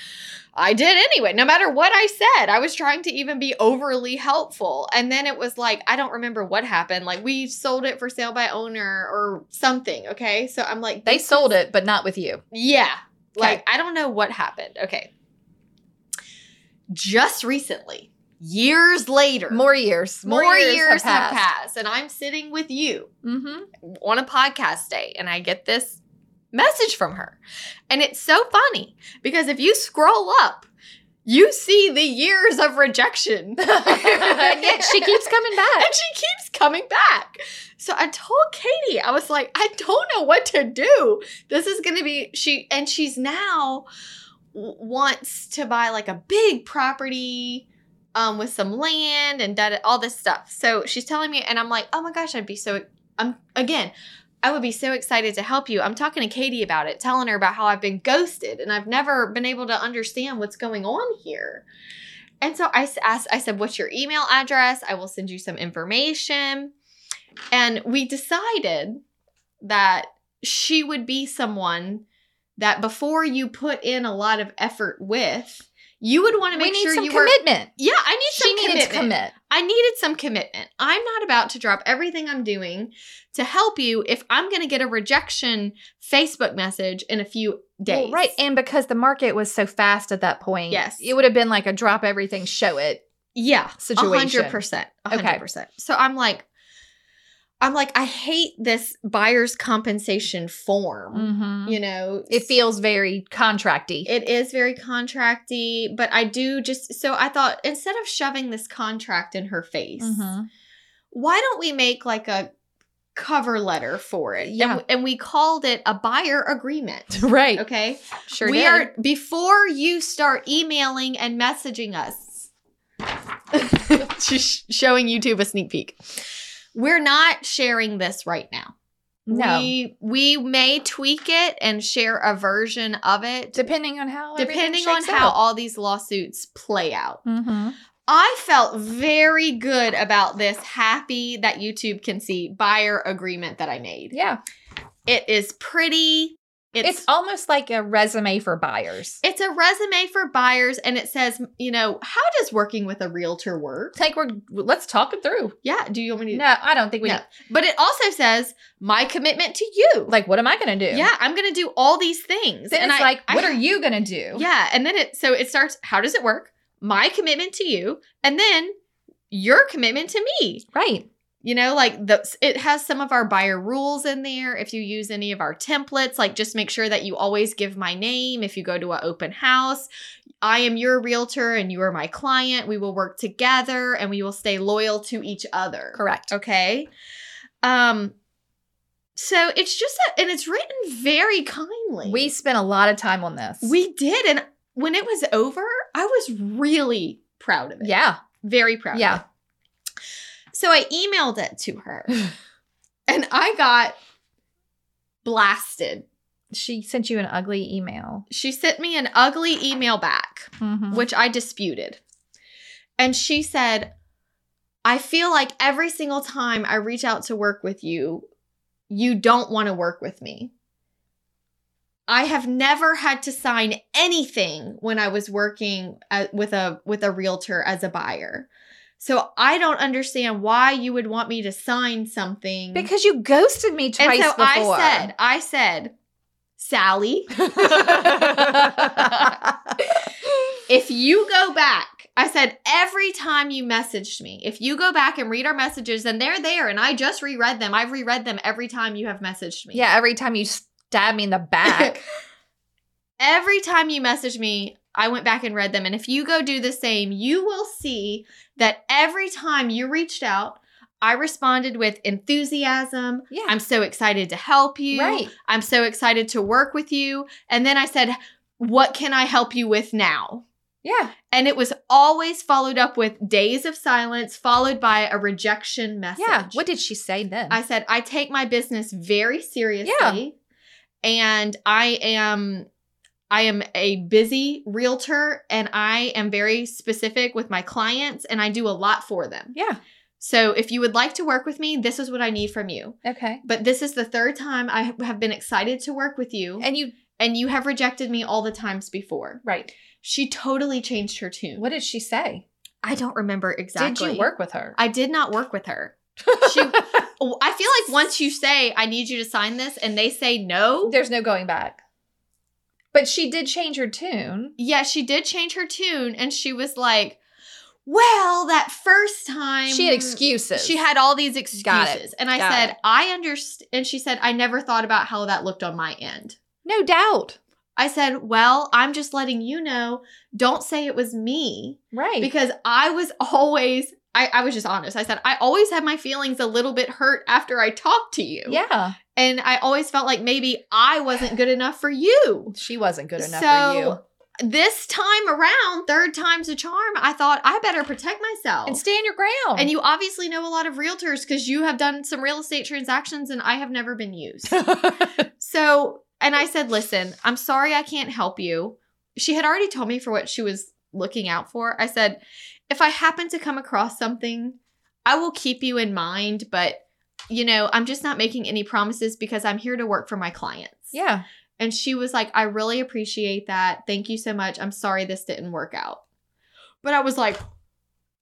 S2: I did anyway, no matter what I said. I was trying to even be overly helpful. And then it was like, I don't remember what happened. Like, we sold it for sale by owner or something. Okay. So I'm like,
S1: They sold it, but not with you.
S2: yeah. Like, I don't know what happened. Okay. Just recently, years later,
S1: More years.
S2: more years, have, passed. And I'm sitting with you
S1: Mm-hmm.
S2: on a podcast day and I get this message from her. And it's so funny because if you scroll up, you see the years of rejection.
S1: and yet she keeps coming back.
S2: And she keeps coming back. So I told Katie, I was like, I don't know what to do. This is going to be she and she's now w- wants to buy like a big property um with some land and da- da- all this stuff. So she's telling me and I'm like, "Oh my gosh, I'd be so I'm again, I would be so excited to help you. I'm talking to Katie about it, telling her about how I've been ghosted and I've never been able to understand what's going on here. And so I s- asked, I said, What's your email address? I will send you some information. And we decided that she would be someone that before you put in a lot of effort with, you would want to
S1: We
S2: make
S1: need
S2: sure
S1: some
S2: you were.
S1: commitment.
S2: Yeah, I need some
S1: she needed to commit.
S2: commitment. I needed some commitment. I'm not about to drop everything I'm doing to help you if I'm going to get a rejection Facebook message in a few days.
S1: Well, right. And because the market was so fast at that point,
S2: Yes.
S1: it would have been like a drop everything, show it
S2: yeah.
S1: situation.
S2: 100%.
S1: Okay.
S2: 100%. So I'm like, I'm like, I hate this buyer's compensation form.
S1: Mhm.
S2: You know,
S1: It feels very contracty.
S2: It is very contracty, but I do just so I thought instead of shoving this contract in her face,
S1: Mhm.
S2: why don't we make like a cover letter for it?
S1: Yeah.
S2: And, and we called it a buyer agreement.
S1: Right.
S2: Okay.
S1: Sure
S2: we
S1: did.
S2: are before you start emailing and messaging us. She's showing YouTube a sneak peek. We're not sharing this right now.
S1: no.
S2: We we may tweak it and share a version of it
S1: depending on how everything
S2: depending on
S1: shakes
S2: how
S1: out.
S2: all these lawsuits play out.
S1: Mhm.
S2: I felt very good about this happy that YouTube can see buyer agreement that I made.
S1: Yeah.
S2: It is pretty.
S1: It's,
S2: It's it's,
S1: almost like a resume for buyers.
S2: a resume for buyers and it says, you know, how does working with a realtor work?
S1: Take we're let's talk it through.
S2: Yeah, do you want me to
S1: No, I don't think we
S2: No. But it also says my commitment to you.
S1: like what am I gonna do?
S2: yeah, I'm going to do all these things.
S1: Then it's
S2: I-
S1: like,
S2: I
S1: what are you gonna do?
S2: Yeah, and then it so it starts how does it work? My commitment to you and then your commitment to me.
S1: Right.
S2: You know, like the it has some of our buyer rules in there. If you use any of our templates, like just make sure that you always give my name if you go to an open house. I am your realtor and you are my client. We will work together and we will stay loyal to each other.
S1: Correct.
S2: Okay. Um so it's just a, and it's written very kindly.
S1: We spent a lot of time on this.
S2: We did. And when it was over, I was really proud of it.
S1: Yeah.
S2: Very proud.
S1: Yeah.
S2: Of it. So I emailed it to her and I got blasted.
S1: She sent you an ugly email.
S2: She sent me an ugly email back,
S1: Mhm.
S2: which I disputed. And she said, I feel like every single time I reach out to work with you, you don't want to work with me. I have never had to sign anything when I was working at, with a with a realtor as a buyer. So I don't understand why you would want me to sign something.
S1: Because you ghosted me
S2: and
S1: twice
S2: so
S1: before.
S2: I said, I said, Sally, if you go back, I said every time you messaged me, if you go back and read our messages, and they're there, and I just reread them. I've reread them every time you have messaged me.
S1: yeah, every time you stab me in the back.
S2: Every time you message me, I went back and read them. And if you go do the same, you will see that every time you reached out, I responded with enthusiasm.
S1: Yeah.
S2: I'm so excited to help you.
S1: right.
S2: I'm so excited to work with you. And then I said, What can I help you with now?
S1: Yeah.
S2: And it was always followed up with days of silence, followed by a rejection message.
S1: Yeah. What did she say then?
S2: I said, I take my business very seriously.
S1: Yeah.
S2: And I am I am a busy realtor and I am very specific with my clients and I do a lot for them.
S1: yeah.
S2: So if you would like to work with me, this is what I need from you.
S1: Okay.
S2: But this is the third time I have been excited to work with you
S1: And you
S2: and you have rejected me all the times before.
S1: right.
S2: She totally changed her tune.
S1: What did she say?
S2: I don't remember exactly.
S1: Did you work with her?
S2: I did not work with her. She, Oh, I feel like once you say, I need you to sign this, and they say no.
S1: There's no going back. But she did change her tune.
S2: Yeah, she did change her tune, and she was like, Well, that first time.
S1: she had excuses.
S2: She had all these
S1: Got it.
S2: excuses. And I
S1: Got
S2: said, I understand. And she said, I never thought about how that looked on my end.
S1: no doubt.
S2: I said, Well, I'm just letting you know, don't say it was me.
S1: Right.
S2: because I was always I, I was just honest. I said I always had my feelings a little bit hurt after I talked to you.
S1: yeah.
S2: And I always felt like maybe I wasn't good enough for you.
S1: She wasn't good enough for you.
S2: So- This time around, third time's a charm, I thought I better protect myself.
S1: And stand your ground.
S2: and you obviously know a lot of realtors because you have done some real estate transactions and I have never been used. so, and I said, listen, I'm sorry I can't help you. She had already told me for what she was looking out for. I said, if I happen to come across something, I will keep you in mind, but you know, I'm just not making any promises because I'm here to work for my clients.
S1: yeah.
S2: And she was like, I really appreciate that. Thank you so much. I'm sorry this didn't work out. But I was like,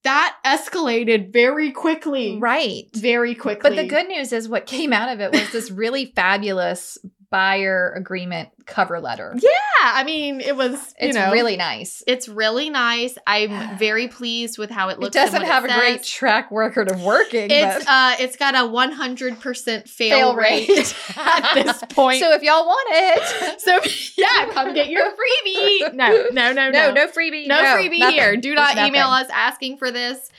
S2: that escalated very quickly.
S1: Right.
S2: Very quickly.
S1: But the good news is what came out of it was this really fabulous buyer agreement cover letter.
S2: Yeah, I mean, it was, you
S1: It's
S2: know.
S1: really nice.
S2: It's really nice. I'm very pleased with how it
S1: It
S2: looks. and
S1: doesn't
S2: what
S1: have a
S2: says.
S1: great track record of working,
S2: It's
S1: but
S2: uh, it's got a 100% fail, rate, at this point.
S1: so if y'all want it,
S2: so yeah, come get your freebie. No, no, no, no,
S1: no freebie,
S2: no, freebie
S1: nothing.
S2: here. Do not
S1: There's
S2: email
S1: nothing.
S2: us asking for this.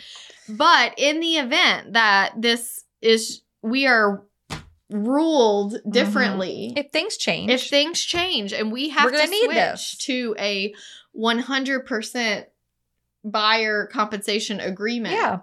S2: But in the event that this is, we are ruled differently.
S1: If things change,
S2: If things change and we have
S1: We're
S2: to
S1: gonna need
S2: switch
S1: this.
S2: to a 100% buyer compensation agreement,
S1: yeah,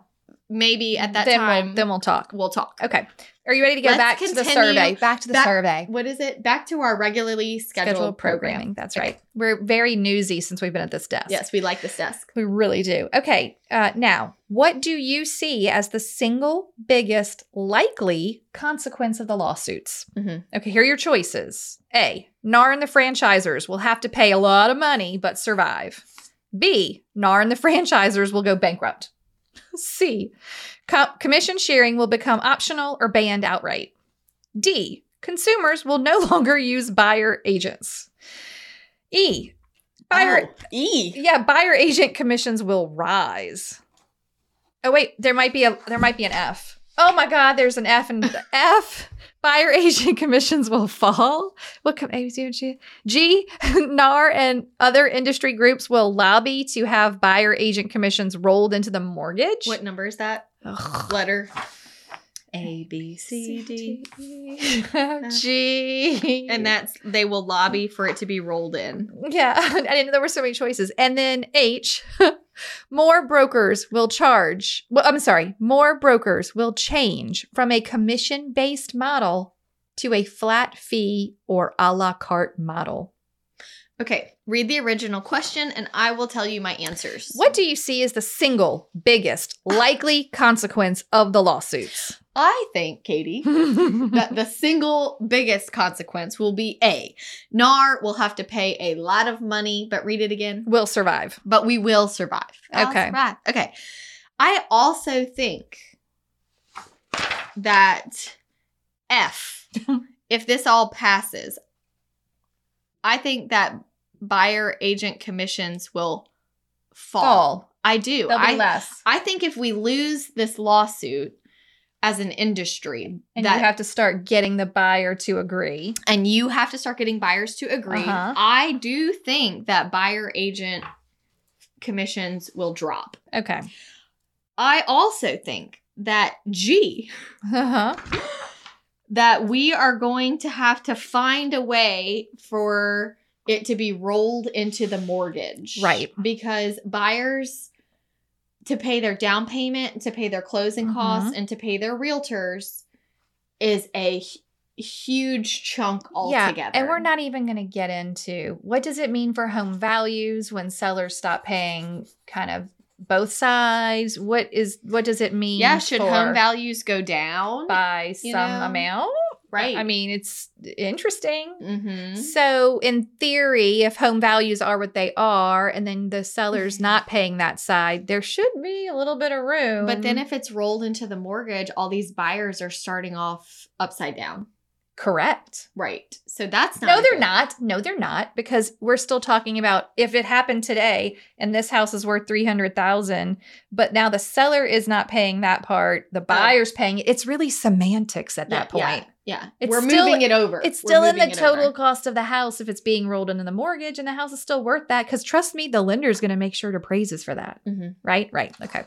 S2: maybe at that
S1: then
S2: time
S1: we'll, then we'll talk.
S2: we'll talk.
S1: Okay, are you ready to go
S2: Let's
S1: back to the
S2: continue
S1: survey? Back to the
S2: back-
S1: survey.
S2: What is it? Back to our regularly scheduled,
S1: Scheduled
S2: programming.
S1: programming. That's right. We're very newsy since we've been at this desk.
S2: Yes, we like this desk.
S1: We really do. Okay. Uh, now, what do you see as the single biggest likely consequence of the lawsuits?
S2: Mhm.
S1: Okay, here are your choices. A. NAR and the franchisers will have to pay a lot of money but survive. B. NAR and the franchisers will go bankrupt. C. Co- commission sharing will become optional or banned outright. D. Consumers will no longer use buyer agents. E. Buyer
S2: Oh, E.
S1: yeah, buyer agent commissions will rise. Oh wait, there might be a there might be an F. Oh my God, there's an F and F. Buyer agent commissions will fall. What come A, B, C, G? G, NAR and other industry groups will lobby to have buyer agent commissions rolled into the mortgage.
S2: What number is that?
S1: Ugh.
S2: Letter A B C D.
S1: E, F, G.
S2: And that's they will lobby for it to be rolled in.
S1: Yeah, I didn't know there were so many choices. And then H, more brokers will charge. Well, I'm sorry, more brokers will change from a commission based model to a flat fee or a la carte model.
S2: Okay, read the original question and I will tell you my answers.
S1: What do you see as the single biggest likely consequence of the lawsuits?
S2: I think, Katie, that the single biggest consequence will be A. NAR will have to pay a lot of money, but read it again.
S1: will survive.
S2: But we will survive. I'll
S1: Okay.
S2: survive. Okay. I also think that F, if this all passes, I think that buyer agent commissions will fall.
S1: Fall.
S2: I do.
S1: There'll be
S2: I,
S1: less.
S2: I think if we lose this lawsuit, as an industry
S1: And
S2: that
S1: you have to start getting the buyer to agree.
S2: and you have to start getting buyers to agree.
S1: Uh-huh.
S2: I do think that buyer agent commissions will drop.
S1: Okay.
S2: I also think that G
S1: Uh-huh.
S2: that we are going to have to find a way for it to be rolled into the mortgage.
S1: Right.
S2: Because buyers to pay their down payment, to pay their closing
S1: Mhm.
S2: costs, and to pay their realtors is a hu- huge chunk altogether.
S1: Yeah, and we're not even going to get into what does it mean for home values when sellers stop paying kind of both sides? What is what does it mean?
S2: Yeah, should
S1: for
S2: home values go down?
S1: by
S2: you
S1: some
S2: know?
S1: amount?
S2: right.
S1: I mean, it's interesting.
S2: mm-hmm.
S1: So, in theory, if home values are what they are, and then the seller's
S2: Mm-hmm.
S1: not paying that side, there should be a little bit of room.
S2: But then if it's rolled into the mortgage, all these buyers are starting off upside down.
S1: correct.
S2: Right. So that's not
S1: No, they're
S2: good.
S1: not. No, they're not because we're still talking about if it happened today and this house is worth 300,000, but now the seller is not paying that part, the buyer's paying it. It's really semantics at that
S2: Oh. Yeah, yeah,
S1: point.
S2: Yeah.
S1: It's
S2: We're
S1: still-
S2: moving it over.
S1: It's
S2: We're
S1: still in the
S2: moving it
S1: total
S2: over.
S1: cost of the house if it's being rolled into the mortgage and the house is still worth that cuz trust me, the lender's going to make sure to praise us for that.
S2: Mhm.
S1: Right? Right. Okay.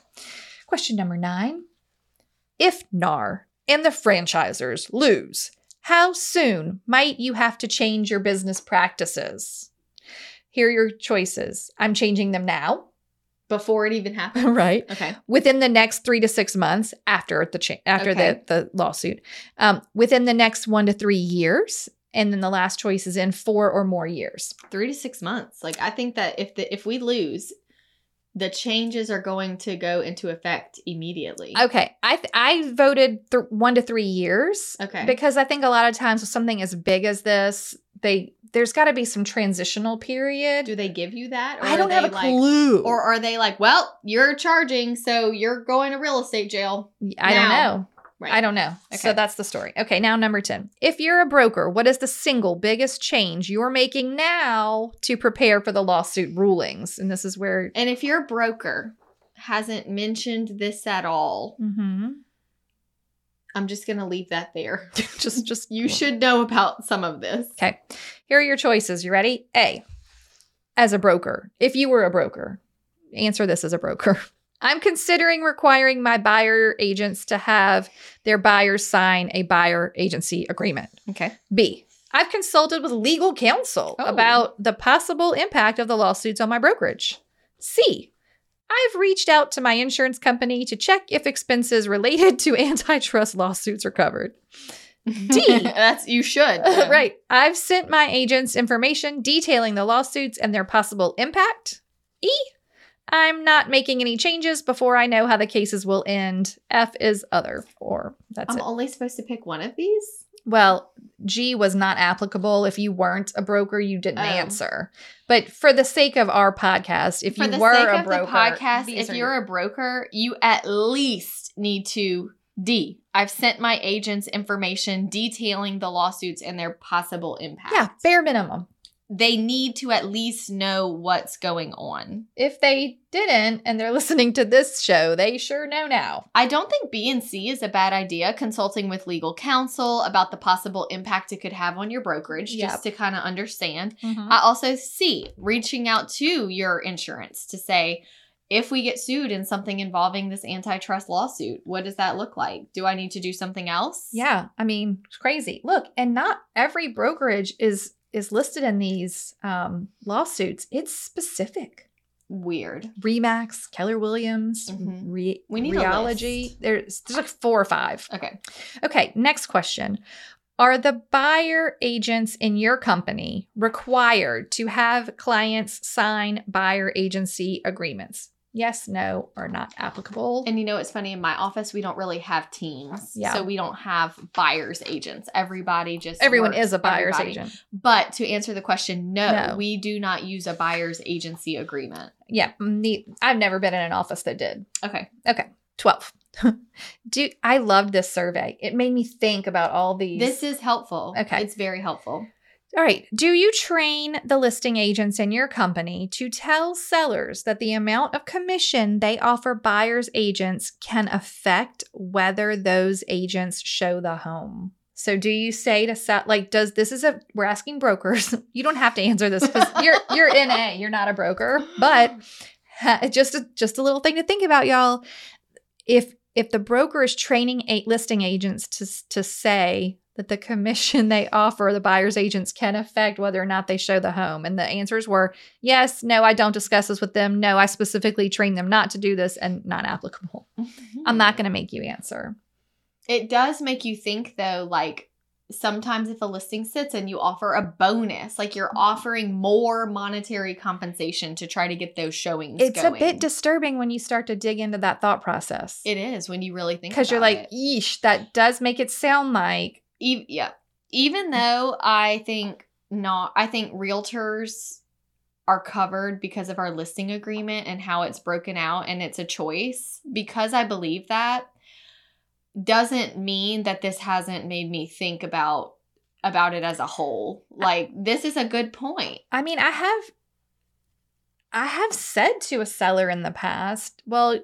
S1: Question number 9. If NAR and the franchisers lose, how soon might you have to change your business practices? Here are your choices. I'm changing them now,
S2: Before it even happened.
S1: right?
S2: Okay.
S1: Within the next three to six months after the cha- after
S2: Okay.
S1: the, the lawsuit, um, within the next one to three years, and then the last choice is in four or more years.
S2: Three to six months. Like I think that if the if we lose, the changes are going to go into effect immediately.
S1: Okay, I th- I voted th- one to three years.
S2: Okay.
S1: because I think a lot of times with something as big as this, they there's got to be some transitional period.
S2: Do they give you that?
S1: I
S2: are
S1: don't have
S2: they
S1: a
S2: like-
S1: clue.
S2: Or are they like, well, you're charging, so you're going to real estate jail?
S1: I don't
S2: now.
S1: know.
S2: Right.
S1: I don't know. So
S2: Okay.
S1: that's the story. Okay, now number 10. If you're a broker, what is the single biggest change you're making now to prepare for the lawsuit rulings? And this is where
S2: And if your broker hasn't mentioned this at all,
S1: Mhm.
S2: I'm just going to leave that there.
S1: just just
S2: You should know about some of this.
S1: Okay. Here are your choices. You ready? A. As a broker, if you were a broker, answer this as a broker. I'm considering requiring my buyer agents to have their buyers sign a buyer agency agreement.
S2: Okay.
S1: B. I've consulted with legal counsel
S2: Oh.
S1: about the possible impact of the lawsuits on my brokerage. C. I've reached out to my insurance company to check if expenses related to antitrust lawsuits are covered. D.
S2: That's you should. though.
S1: right. I've sent my agents information detailing the lawsuits and their possible impact. E. I'm not making any changes before I know how the cases will end. F is other, or that's
S2: I'm
S1: it.
S2: only supposed to pick one of these.
S1: Well, G was not applicable. If you weren't a broker, you didn't
S2: Oh.
S1: answer. But for the sake of our podcast, if
S2: For
S1: you
S2: the
S1: were
S2: sake
S1: a
S2: of
S1: broker,
S2: the podcast,
S1: these
S2: if
S1: are
S2: you're a broker, you at least need to D. I've sent my agents information detailing the lawsuits and their possible impact.
S1: yeah, bare minimum.
S2: They need to at least know what's going on.
S1: If they didn't and they're listening to this show, they sure know now.
S2: I don't think B and C is a bad idea consulting with legal counsel about the possible impact it could have on your brokerage just to kind of understand. I also see reaching out to your insurance to say, if we get sued in something involving this antitrust lawsuit, what does that look like? Do I need to do something else?
S1: Yeah, I mean, it's crazy. Look, and not every brokerage is is listed in these um, lawsuits. It's specific.
S2: Weird.
S1: Remax, Keller Williams,
S2: Mhm.
S1: Re-
S2: We need a
S1: Reology.
S2: list.
S1: There's there's like four or five.
S2: Okay.
S1: Okay, next question. Are the buyer agents in your company required to have clients sign buyer agency agreements? Yes, no, or not applicable.
S2: And you know, it's funny in my office, we don't really have teams.
S1: Yeah.
S2: So we don't have buyer's agents. Everybody just
S1: Everyone
S2: works-
S1: is a buyer's
S2: everybody.
S1: agent.
S2: But to answer the question, no,
S1: No.
S2: we do not use a buyer's agency agreement.
S1: Yeah, neat. I've never been in an office that did.
S2: Okay.
S1: 12. Do I loved this survey. It made me think about all these.
S2: This is helpful.
S1: Okay.
S2: It's very helpful.
S1: All right. Do you train the listing agents in your company to tell sellers that the amount of commission they offer buyers' agents can affect whether those agents show the home? So do you say to sell like does this is a we're asking brokers. You don't have to answer this because you're you're NA, you're not a broker, but ha- just a, just a little thing to think about, y'all. If if the broker is training eight listing agents to s- to say that the commission they offer the buyer's agents can affect whether or not they show the home, and the answers were yes, no, I don't discuss this with them, no, I specifically train them not to do this, and not applicable. I'm not going to make you answer.
S2: It does make you think though, like sometimes if a listing sits and you offer a bonus, like
S1: Mm-hmm.
S2: you're offering more monetary compensation to try to get those showings.
S1: It's a
S2: going.
S1: bit disturbing when you start to dig into that thought process.
S2: It is when you really think
S1: because you're
S2: about
S1: like,
S2: it.
S1: yeesh, that does make it sound like
S2: Ev- yeah. Even though I think not, I think realtors are covered because of our listing agreement and how it's broken out and it's a choice. Because I believe that doesn't mean that this hasn't made me think about about it as a whole. Like this is a good point.
S1: I mean, I have I have said to a seller in the past, well,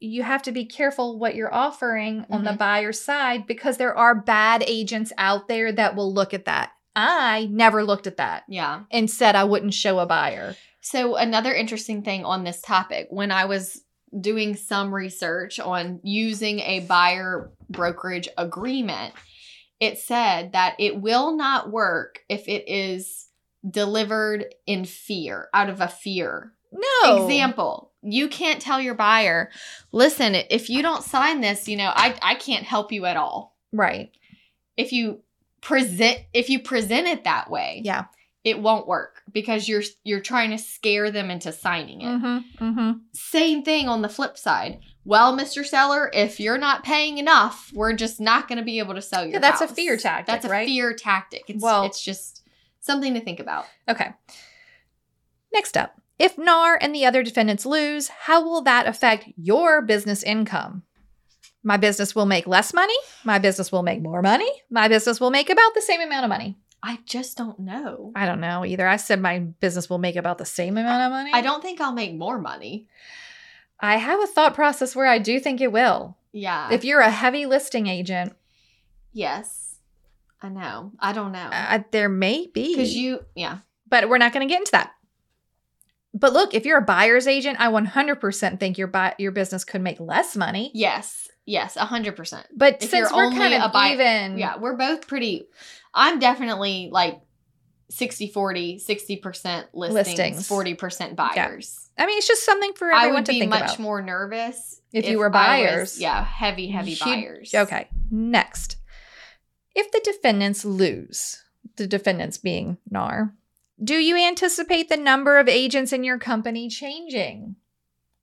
S1: you have to be careful what you're offering on the
S2: Mhm.
S1: buyer's side because there are bad agents out there that will look at that. I never looked at that
S2: Yeah.
S1: and said I wouldn't show a buyer.
S2: So, another interesting thing on this topic, when I was doing some research on using a buyer brokerage agreement, it said that it will not work if it is delivered in fear, out of a fear.
S1: No.
S2: Example, you can't tell your buyer, listen, if you don't sign this, you know, I, I can't help you at all.
S1: Right.
S2: If you present if you present it that way,
S1: Yeah.
S2: it won't work because you're you're trying to scare them into signing it.
S1: Mm-hmm. Mm-hmm.
S2: Same thing on the flip side. Well, Mr. Seller, if you're not paying enough, we're just not going to be able to sell your.
S1: Yeah, that's a
S2: house.
S1: fear tactic,
S2: That's a
S1: right?
S2: fear tactic. It's,
S1: Well-
S2: it's just something to think about.
S1: Okay. Next up. If NAR and the other defendants lose, how will that affect your business income? My business will make less money. My business will make more money. My business will make about the same amount of money.
S2: I just don't know.
S1: I don't know either. I said my business will make about the same amount of money.
S2: I don't think I'll make more money.
S1: I have a thought process where I do think it will.
S2: Yeah.
S1: If you're a heavy listing agent,
S2: yes, I know. I don't know
S1: uh, there may be
S2: because you. Yeah.
S1: but we're not going to get into that. But look, if you're a buyer's agent, I 100% think your buy- your business could make less money.
S2: Yes. Yes. A hundred percent.
S1: But
S2: If
S1: since
S2: you're
S1: we're
S2: only
S1: kind
S2: a
S1: of
S2: buy-
S1: even,
S2: Yeah, we're both pretty. I'm definitely like 60 40, 60% listings,
S1: Listings.
S2: 40% buyers.
S1: I mean, it's just something for
S2: I
S1: everyone
S2: would
S1: to
S2: be
S1: think
S2: much
S1: about.
S2: more nervous
S1: If you were
S2: I was-
S1: buyers.
S2: yeah, heavy, heavy
S1: You'd-
S2: buyers.
S1: Okay, next. If the defendants lose, the defendants being NAR, do you anticipate the number of agents in your company changing?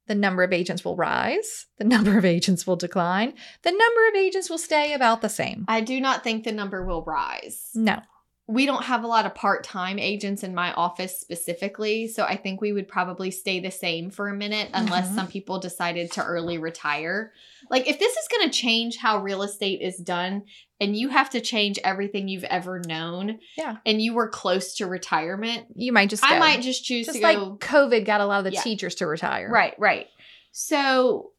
S1: The number of agents will rise, the number of agents will decline, the number of agents will stay about the same.
S2: I do not think the number will rise.
S1: No.
S2: We don't have a lot of part time agents in my office specifically, so I think we would probably stay the same for a minute unless
S1: Mhm.
S2: some people decided to early retire. Like, if this is going to change how real estate is done and you have to change everything you've ever known,
S1: Yeah.
S2: and you were close to retirement,
S1: You might just
S2: I
S1: go.
S2: might just choose
S1: just
S2: to
S1: like
S2: go
S1: COVID got a lot of the
S2: Yeah.
S1: teachers to retire.
S2: Right, right. So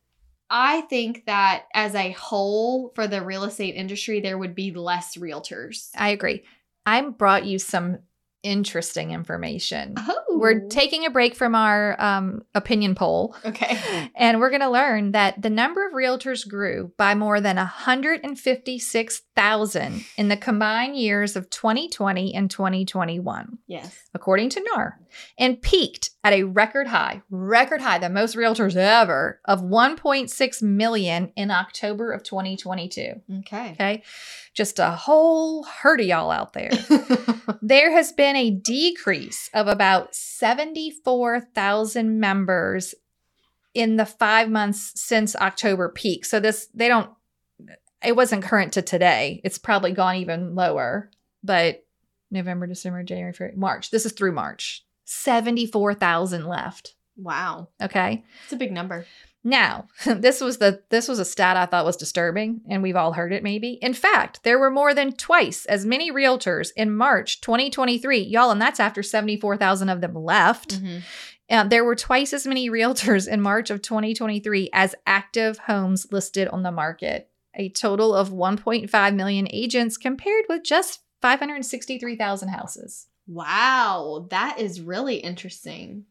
S2: I think that as a whole for the real estate industry, there would be less realtors.
S1: I agree. I brought you some interesting information.
S2: Oh,
S1: We're taking a break from our um, opinion poll,
S2: okay.
S1: and we're going to learn that the number of realtors grew by more than 156,000 in the combined years of 2020 and 2021,
S2: Yes.
S1: according to NAR, and peaked at a record high, record high, the most realtors ever, of 1.6 million in October of 2022.
S2: Okay.
S1: Okay. Just a whole herd of y'all out there. there has been a decrease of about 74,000 members in the five months since October peak. So this, they don't, it wasn't current to today. It's probably gone even lower, but November, December, January, February, March. This is through March. 74,000 left.
S2: wow.
S1: Okay.
S2: It's a big number.
S1: Now, this was the this was a stat I thought was disturbing, and we've all heard it maybe. In fact, there were more than twice as many realtors in March 2023, y'all, and that's after 74,000 of them left.
S2: Mm. Mm-hmm.
S1: Um, there were twice as many realtors in March of 2023 as active homes listed on the market. A total of 1.5 million agents compared with just 563,000 houses.
S2: Wow, that is really interesting.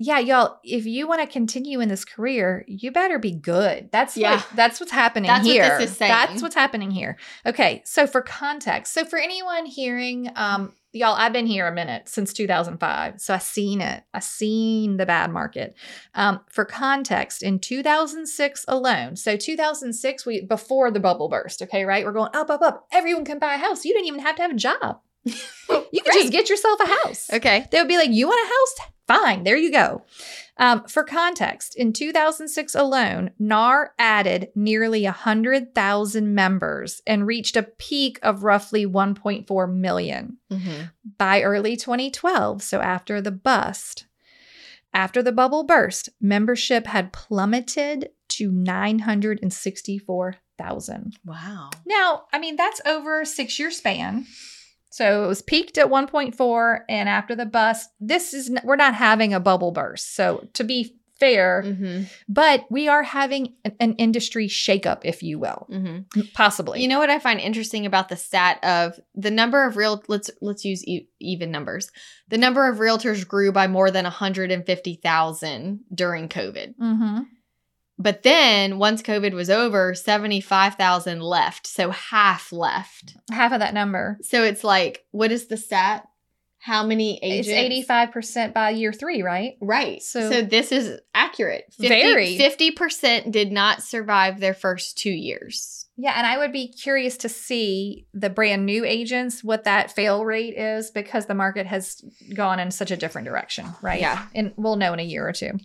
S1: Yeah, y'all, if you want to continue in this career, you better be good. That's
S2: Yeah.
S1: what, that's what's happening
S2: That's what
S1: here.
S2: this is saying.
S1: That's what's happening here. Okay, so for context, so for anyone hearing um y'all, I've been here a minute since 2005. So I seen it. I seen the bad market. Um for context, in 2006 alone. So 2006 we before the bubble burst, okay, right? We're going up up up. Everyone can buy a house. You didn't even have to have a job. you could just
S2: Right.
S1: get yourself a house.
S2: Okay.
S1: They would be like, You want a house? Fine, there you go. Um, for context, in 2006 alone, NAR added nearly 100,000 members and reached a peak of roughly 1.4 million
S2: Mm-hmm.
S1: by early 2012, so after the bust, after the bubble burst, membership had plummeted to 964,000.
S2: Wow.
S1: Now, I mean, that's over a six year span. So it was peaked at 1.4, and after the bust, this is, n- we're not having a bubble burst. So to be fair,
S2: Mm. Mm-hmm.
S1: but we are having an, an industry shakeup, if you will,
S2: Mm-hmm.
S1: possibly.
S2: You know what I find interesting about the stat of the number of real let's let's use e- even numbers. The number of realtors grew by more than 150,000 during COVID.
S1: mm-hmm.
S2: But then once COVID was over, 75,000 left, so half left.
S1: half of that number.
S2: So it's like what is the stat? How many agents?
S1: It's 85% by year three, right?
S2: Right.
S1: So-
S2: So, this is accurate. 50,
S1: Very.
S2: 50% did not survive their first two years.
S1: Yeah, and I would be curious to see the brand new agents what that fail rate is because the market has gone in such a different direction, right?
S2: Yeah.
S1: and we'll know in a year or two. All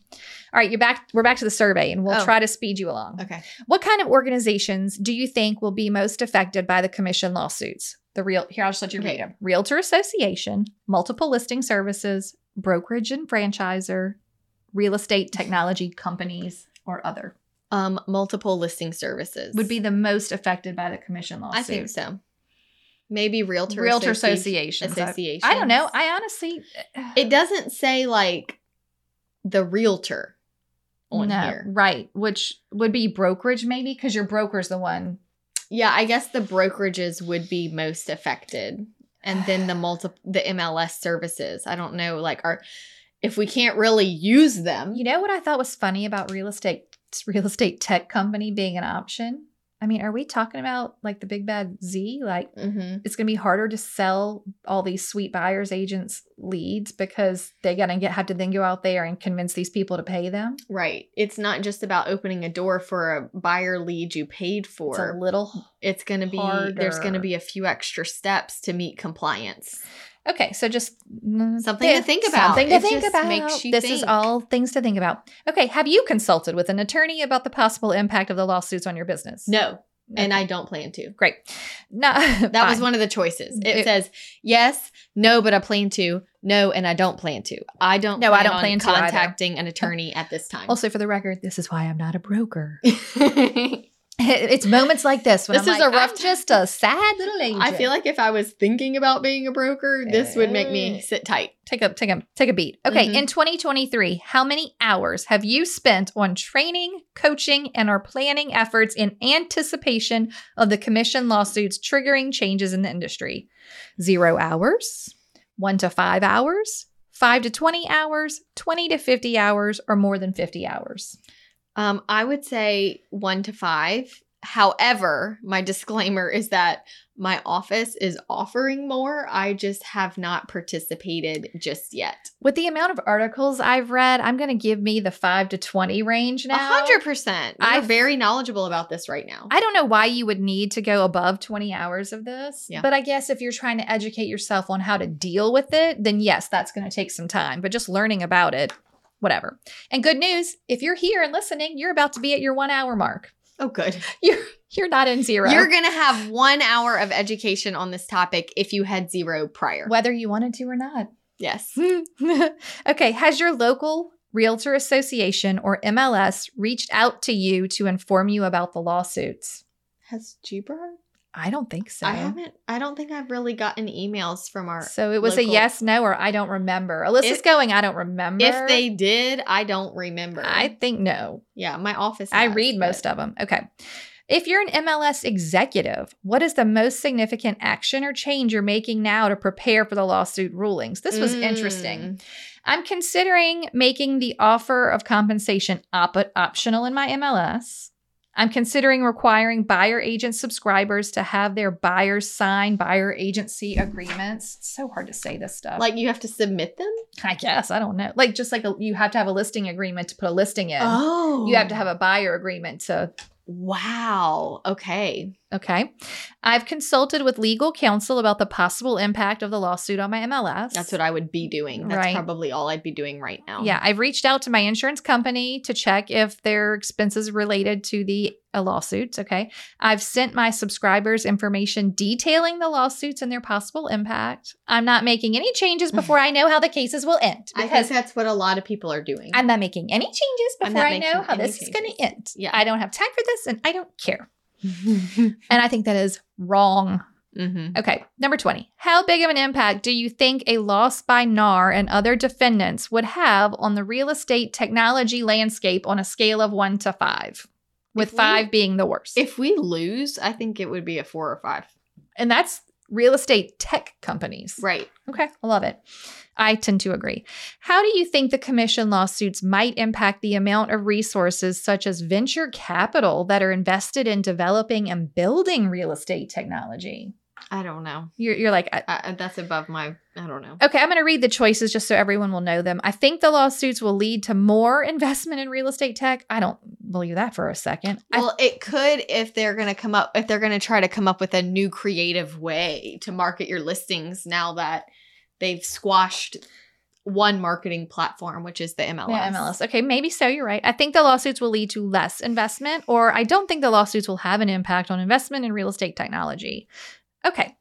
S1: right, you're back. We're back to the survey, and we'll
S2: Oh.
S1: try to speed you along.
S2: Okay.
S1: What kind of organizations do you think will be most affected by the commission lawsuits? The real here, I'll just let you read
S2: Okay.
S1: them. Realtor Association, multiple listing services, brokerage and franchisor, real estate technology companies, or other
S2: Um, multiple listing services
S1: would be the most affected by the commission lawsuits.
S2: I think so. Maybe realtor
S1: Realtor
S2: associ-
S1: associations. I-
S2: association.
S1: I don't know. I honestly,
S2: It doesn't say like the realtor on
S1: no,
S2: here.
S1: right? Which would be brokerage, maybe, because your broker's the one.
S2: Yeah, I guess the brokerages would be most affected. And then the multi the MLS services. I don't know like are if we can't really use them.
S1: You know what I thought was funny about real estate, real estate tech company being an option. I mean, are we talking about like the big bad Z? Like,
S2: mm-hmm.
S1: it's going to be harder to sell all these sweet buyers agents leads because they're going to get have to then go out there and convince these people to pay them.
S2: Right. It's not just about opening a door for a buyer lead you paid
S1: It's a
S2: for.
S1: little
S2: It's, going to be there's going
S1: harder.
S2: to be a few extra steps to meet compliance.
S1: Okay, so just mm,
S2: Something to
S1: there-
S2: think about.
S1: Something to
S2: It
S1: think
S2: just
S1: about.
S2: makes you
S1: this is
S2: think.
S1: all things to think about. Okay, have you consulted with an attorney about the possible impact of the lawsuits on your business?
S2: No, and
S1: Okay,
S2: I don't plan to.
S1: great. No, that
S2: That was one of the choices. It,
S1: It-
S2: says yes, no, but I plan to. No, and I don't plan to. I don't.
S1: No, I don't
S2: on
S1: plan to either.
S2: contacting an attorney at this time.
S1: Also, for the record, this is why I'm not a broker.
S2: I
S1: it's moments like this when
S2: This
S1: I'm
S2: is
S1: like,
S2: a rough-
S1: I'm just a sad little agent.
S2: feel like if I was thinking about being a broker, this would make
S1: Eh.
S2: me sit tight.
S1: take a take a take a beat. Okay,
S2: Mhm.
S1: in 2023, how many hours have you spent on training, coaching, and or planning efforts in anticipation of the commission lawsuits triggering changes in the industry? 0 hours, 1 to 5 hours, 5 to 20 hours, 20 to 50 hours or more than 50 hours.
S2: Um, I would say one to five. However, my disclaimer is that my office is offering more. I just have not participated just yet.
S1: With the amount of articles I've read, I'm going to give me the 5 to 20 range
S2: A
S1: now.
S2: hundred percent.
S1: I-
S2: I'm very knowledgeable about this right now.
S1: I don't know why you would need to go above 20 hours of this,
S2: Yeah.
S1: but I guess if you're trying to educate yourself on how to deal with it, then yes, that's going to take some time, but just learning about it, whatever. And good news, if you're here and listening, you're about to be at your 1 hour mark.
S2: oh, good.
S1: You're not in 0.
S2: You're gonna have one hour of education on this topic if you had zero prior.
S1: whether you wanted to or not.
S2: Yes.
S1: okay, has your local Realtor Association or MLS reached out to you to inform you about the lawsuits?
S2: Has Juber?
S1: I don't think so.
S2: I haven't. I don't think I've really gotten emails from our.
S1: So it was a
S2: local-
S1: yes, no, or I don't remember. Alyssa's
S2: If-
S1: going, I don't remember.
S2: If they did, I don't remember.
S1: I think no.
S2: yeah, my office.
S1: I
S2: has,
S1: read
S2: but-
S1: most of them. Okay. If you're an MLS executive, what is the most significant action or change you're making now to prepare for the lawsuit rulings? This was interesting.
S2: Mm.
S1: I'm considering making the offer of compensation op- optional in my MLS. I'm considering requiring buyer agent subscribers to have their buyers sign buyer agency agreements. It's so hard to say this stuff.
S2: Like you have to submit them.
S1: I guess I don't know. Like just like a, you have to have a listing agreement to put a listing in.
S2: Oh,
S1: You have to have a buyer agreement to
S2: Wow. Okay.
S1: Okay. I've consulted with legal counsel about the possible impact of the lawsuit on my MLS.
S2: That's what I would be doing. That's
S1: Right.
S2: probably all I'd be doing right now.
S1: Yeah, I've reached out to my insurance company to check if their expenses related to the uh, lawsuits. Okay. I've sent my subscribers information detailing the lawsuits and their possible impact. I'm not making any changes before I know how the cases will end
S2: I think
S1: because
S2: that's what a lot of people are doing.
S1: I'm not making any changes
S2: I'm
S1: before
S2: not
S1: I know
S2: making
S1: how
S2: any
S1: this is going to end.
S2: Yeah.
S1: I don't have time for this and I don't care.
S2: Mm-hmm.
S1: And I think that is wrong.
S2: Mhm.
S1: Okay, number 20. How big of an impact do you think a loss by NAR and other defendants would have on the real estate technology landscape on a scale of one to five? With
S2: If we-
S1: five being the worst.
S2: If we lose, I think it would be a four or five.
S1: and that's real estate tech companies.
S2: Right.
S1: Okay, I love it. I tend to agree. How do you think the commission lawsuits might impact the amount of resources, such as venture capital, that are invested in developing and building real estate technology?
S2: I don't know.
S1: You're, you're like, I-
S2: I, I- that's above my. I don't know.
S1: Okay, I'm going to read the choices just so everyone will know them. I think the lawsuits will lead to more investment in real estate tech. I don't believe that for a second. I-
S2: Well, it could if they're going to come up if they're going to try to come up with a new creative way to market your listings now that they've squashed one marketing platform, which is the MLS.
S1: yeah, MLS. Okay, maybe so. You're right. I think the lawsuits will lead to less investment, or I don't think the lawsuits will have an impact on investment in real estate technology. Okay,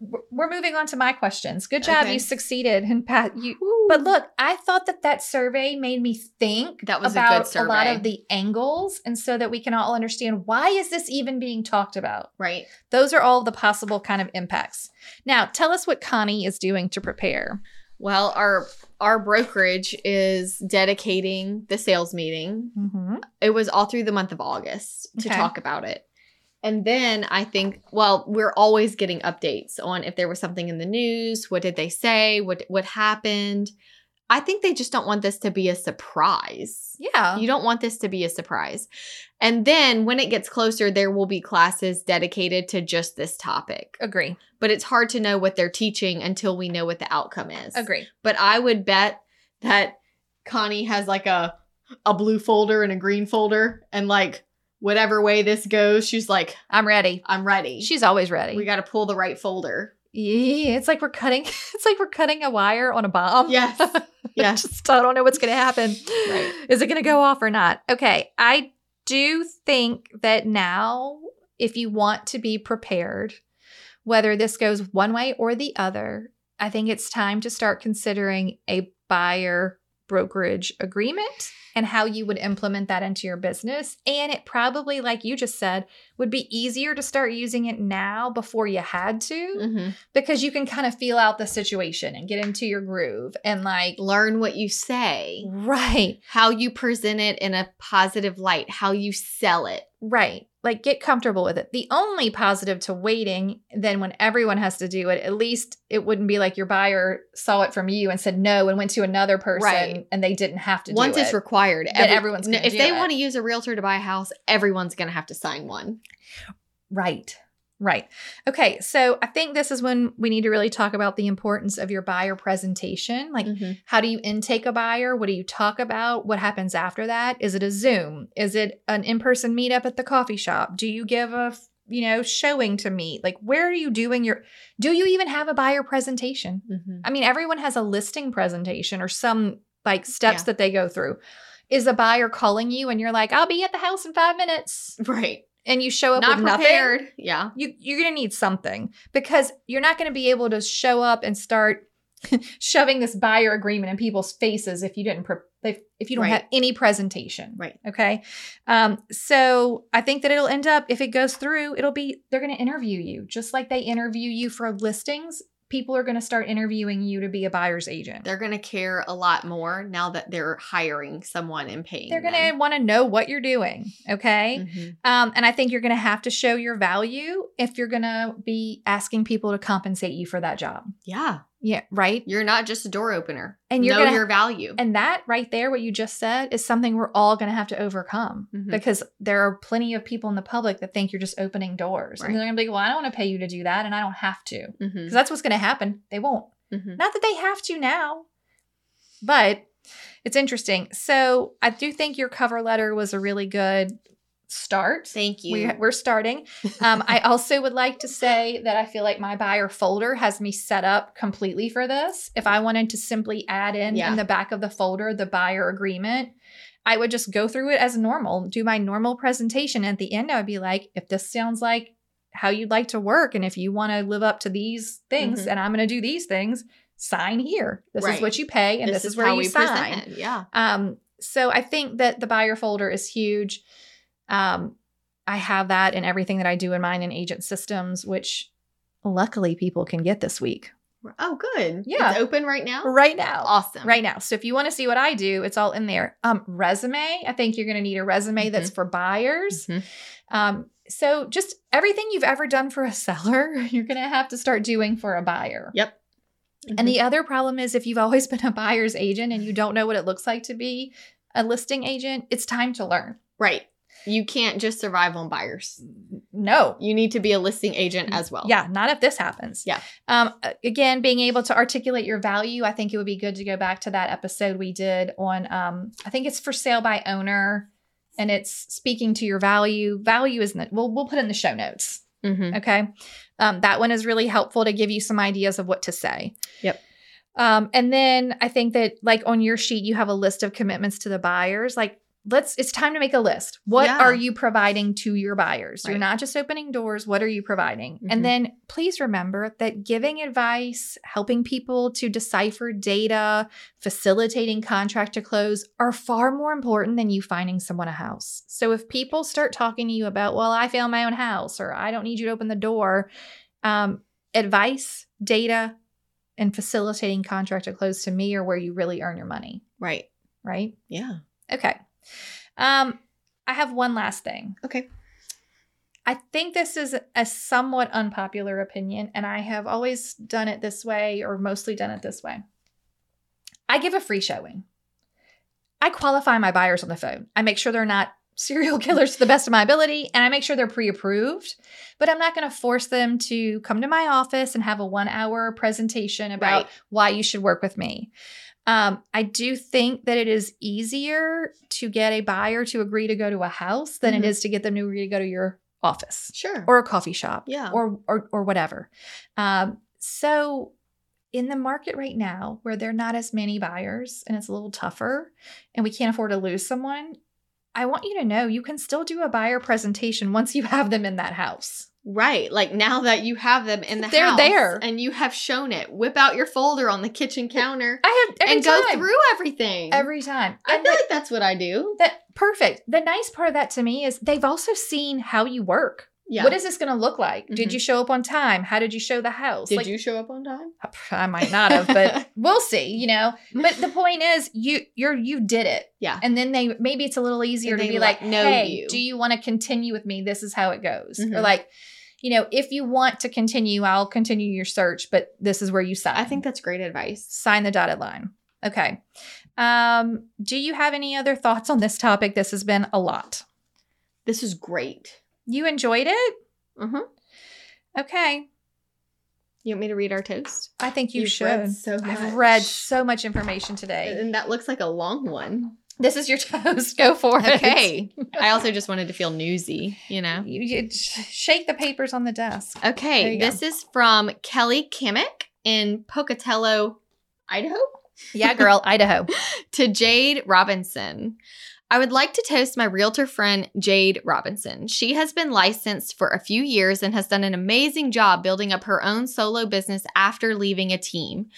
S1: we're we're moving on to my questions. Good job,
S2: Okay.
S1: you succeeded, and Pat, you.
S2: Woo.
S1: But look, I thought that that survey made me think
S2: That was a good
S1: about a lot
S2: survey.
S1: of the angles, and so that we can all understand why is this even being talked about.
S2: right.
S1: Those are all the possible kind of impacts. Now, tell us what Connie is doing to prepare.
S2: Well, our our brokerage is dedicating the sales meeting
S1: Mm-hmm.
S2: it was all through the month of August to
S1: Okay.
S2: talk about it. And then I think, well, we're always getting updates on if there was something in the news, what did they say, what what happened. I think they just don't want this to be a surprise.
S1: Yeah.
S2: You don't want this to be a surprise. And then when it gets closer, there will be classes dedicated to just this topic.
S1: Agree.
S2: But it's hard to know what they're teaching until we know what the outcome is
S1: Agree.
S2: but I would bet that Connie has like a a blue folder and a green folder and like whatever way this goes, she's like,
S1: I'm ready.
S2: I'm ready.
S1: She's always ready.
S2: we got to pull the right folder.
S1: yeah, it's like we're cutting. It's like we're cutting a wire on a bomb.
S2: Yes. Yes.
S1: Just I don't know what's going to happen.
S2: Right.
S1: Is it going to go off or not? Okay. I do think that now, if you want to be prepared, whether this goes one way or the other, I think it's time to start considering a buyer brokerage agreement and how you would implement that into your business. And it probably, like you just said, would be easier to start using it now before you had to
S2: Mhm.
S1: because you can kind of feel out the situation and get into your groove and like
S2: Learn what you say,
S1: right
S2: how you present it in a positive light, how you sell it.
S1: right like get comfortable with it the only positive to waiting then when everyone has to do it at least it wouldn't be like your buyer saw it from you and said no and went to another person
S2: Right.
S1: and they didn't have to
S2: Once
S1: do
S2: it's
S1: it
S2: required,
S1: Then everyone's gonna
S2: if
S1: do
S2: they
S1: it.
S2: want to use a realtor to buy a house, everyone's going to have to sign one.
S1: right right okay so i think this is when we need to really talk about the importance of your buyer presentation like
S2: Mm-hmm.
S1: How do you intake a buyer? What do you talk about? What happens after that? Is it a Zoom? Is it an in-person meetup at the coffee shop? Do you give a, you know, showing to meet? Like where are you doing your Do you even have a buyer presentation?
S2: Mhm.
S1: I mean, everyone has a listing presentation or some like steps
S2: Yeah.
S1: that they go through. Is a buyer calling you and you're like, "I'll be at the house in 5 minutes."
S2: Right.
S1: And you show up
S2: Not
S1: with nothing?
S2: prepared. Yeah.
S1: you you're going to need something because you're not going to be able to show up and start shoving this buyer agreement in people's faces if you didn't pre- If, if you don't
S2: Right.
S1: have any presentation.
S2: Right.
S1: Okay. Um, so I think that it'll end up, if it goes through, it'll be, they're going to interview you. Just like they interview you for listings, people are going to start interviewing you to be a buyer's agent.
S2: They're going to care a lot more now that they're hiring someone and paying. Mm-hmm.
S1: They're going to want to know what you're doing. Okay.
S2: to.
S1: Um, and I think you're going to have to show your value if you're going to be asking people to compensate you for that job.
S2: Yeah.
S1: Yeah. Right.
S2: You're not just a door opener.
S1: And you're
S2: know
S1: gonna-
S2: your value.
S1: And that right there, what you just said, is something we're all going to have to overcome
S2: Mhm.
S1: because there are plenty of people in the public that think you're just opening doors.
S2: Right.
S1: And they're going to be like, well, I don't want to pay you to do that. And I don't have to.
S2: Mhm.
S1: Because that's what's going to happen. They won't.
S2: Mhm.
S1: Not that they have to now, but it's interesting. So I do think your cover letter was a really good start.
S2: Thank you.
S1: We, we're starting. Um, I also would like to say that I feel like my buyer folder has me set up completely for this. If I wanted to simply add in
S2: Yeah.
S1: in the back of the folder the buyer agreement, I would just go through it as normal, do my normal presentation. At the end, I would be like, if this sounds like how you'd like to work, and if you want to live up to these things,
S2: Mhm.
S1: and I'm going to do these things, sign here. This
S2: Right.
S1: is what you pay, and this, is, where
S2: how
S1: you
S2: we
S1: sign.
S2: present it. Yeah.
S1: Um, so I think that the buyer folder is huge. Um, I have that in everything that I do in mine and agent systems, which luckily people can get this week
S2: Oh, good.
S1: Yeah.
S2: It's open right now.
S1: right now.
S2: Awesome.
S1: Right now. So if you want to see what I do, it's all in there. Um, resume. I think you're going to need a resume that's for buyers.
S2: Mhm.
S1: Um, so just everything you've ever done for a seller, you're going to have to start doing for a buyer.
S2: Yep. mm-hmm.
S1: And the other problem is if you've always been a buyer's agent and you don't know what it looks like to be a listing agent, it's time to learn.
S2: right. You can't just survive on buyers.
S1: No.
S2: You need to be a listing agent as well.
S1: Yeah, not if this happens.
S2: Yeah.
S1: Um, again, being able to articulate your value, I think it would be good to go back to that episode we did on, um, I think it's for sale by owner, and it's speaking to your value. Value is, in the, we'll we'll put it in the show notes.
S2: Mm-hmm.
S1: Okay. Um, that one is really helpful to give you some ideas of what to say.
S2: Yep.
S1: Um, and then I think that like on your sheet, you have a list of commitments to the buyers. Like let's, it's time to make a list. What
S2: Yeah.
S1: are you providing to your buyers?
S2: Right.
S1: You're not just opening doors. What are you providing?
S2: Mhm.
S1: And then please remember that giving advice, helping people to decipher data, facilitating contract to close are far more important than you finding someone a house. So if people start talking to you about, well, I found my own house or I don't need you to open the door, um, advice, data, and facilitating contract to close to me are where you really earn your money,
S2: Right.
S1: right?
S2: Yeah.
S1: Okay. Um, I have one last thing.
S2: Okay.
S1: I think this is a somewhat unpopular opinion, and I have always done it this way or mostly done it this way. I give a free showing. I qualify my buyers on the phone. I make sure they're not serial killers to the best of my ability, and I make sure they're pre approved, but I'm not going to force them to come to my office and have a one hour presentation about
S2: Right.
S1: why you should work with me. Um, I do think that it is easier to get a buyer to agree to go to a house than it
S2: Mhm.
S1: is to get them to agree to go to your office
S2: Sure.
S1: or a coffee shop
S2: yeah.
S1: or, or or whatever. Um, so in the market right now where there are not as many buyers and it's a little tougher and we can't afford to lose someone, I want you to know you can still do a buyer presentation once you have them in that house.
S2: Right. Like now that you have them in the
S1: They're
S2: house
S1: there.
S2: and you have shown it, whip out your folder on the kitchen counter
S1: I have every
S2: and go
S1: time.
S2: through everything.
S1: every time.
S2: I
S1: And
S2: feel
S1: the-
S2: like that's what I do.
S1: that perfect. The nice part of that to me is they've also seen how you work.
S2: Yeah.
S1: What is this going to look like?
S2: Mhm.
S1: Did you show up on time? How did you show the house?
S2: Did
S1: Like,
S2: you show up on time?
S1: I might not have, but we'll see, you know. But the point is you you're you did it.
S2: Yeah.
S1: And then they maybe it's a little easier to
S2: they,
S1: be
S2: like,
S1: like,
S2: know
S1: hey,
S2: you."
S1: do you want to continue with me? This is how it goes.
S2: Mhm.
S1: Or like, you know, if you want to continue, I'll continue your search, but this is where you sign.
S2: I think that's great advice.
S1: sign the dotted line. Okay. Um, do you have any other thoughts on this topic? This has been a lot.
S2: This is great.
S1: You enjoyed it?
S2: Mhm.
S1: Okay.
S2: You want me to read our toast?
S1: I think you
S2: You've
S1: should.
S2: read so much. Uh,
S1: I've read so much information today.
S2: And that looks like a long one.
S1: This is your toast. Go for it.
S2: I also just wanted to feel newsy, you know?
S1: You, you sh- shake the papers on the desk. There
S2: Okay.
S1: you go.
S2: This is from Kelly Kimmick in Pocatello, Idaho.
S1: Yeah, girl, Idaho.
S2: to Jade Robinson. I would like to toast my realtor friend, Jade Robinson. She has been licensed for a few years and has done an amazing job building up her own solo business after leaving a team.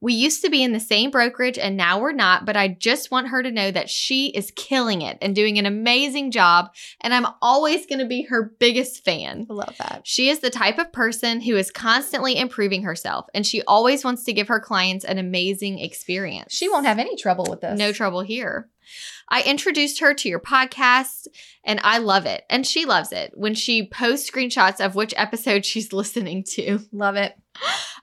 S2: We used to be in the same brokerage and now we're not, but I just want her to know that she is killing it and doing an amazing job, and I'm always going to be her biggest fan.
S1: I love that.
S2: She is the type of person who is constantly improving herself, and she always wants to give her clients an amazing experience.
S1: She won't have any trouble with this.
S2: no trouble here. I introduced her to your podcast, and I love it, and she loves it when she posts screenshots of which episode she's listening to.
S1: Love it.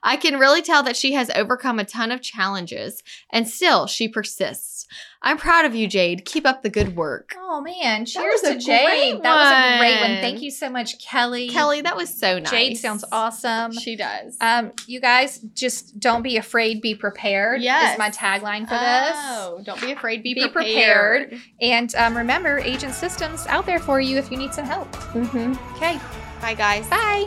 S2: I can really tell that she has overcome a ton of challenges, and still she persists. I'm proud of you, Jade. Keep up the good work.
S1: Oh man,
S2: That
S1: cheers
S2: was a
S1: to Jade.
S2: great
S1: That was a great one.
S2: one.
S1: Thank you so much, Kelly.
S2: Kelly, that was so nice. Um,
S1: Jade sounds awesome.
S2: She does.
S1: Um, you guys just don't be afraid, be prepared.
S2: Yes.
S1: is my tagline for
S2: Oh, don't be afraid. Be,
S1: Be
S2: prepared.
S1: this. And um, remember, Agent Systems out there for you if you need some help. Okay,
S2: Mm-hmm. Bye, guys.
S1: bye.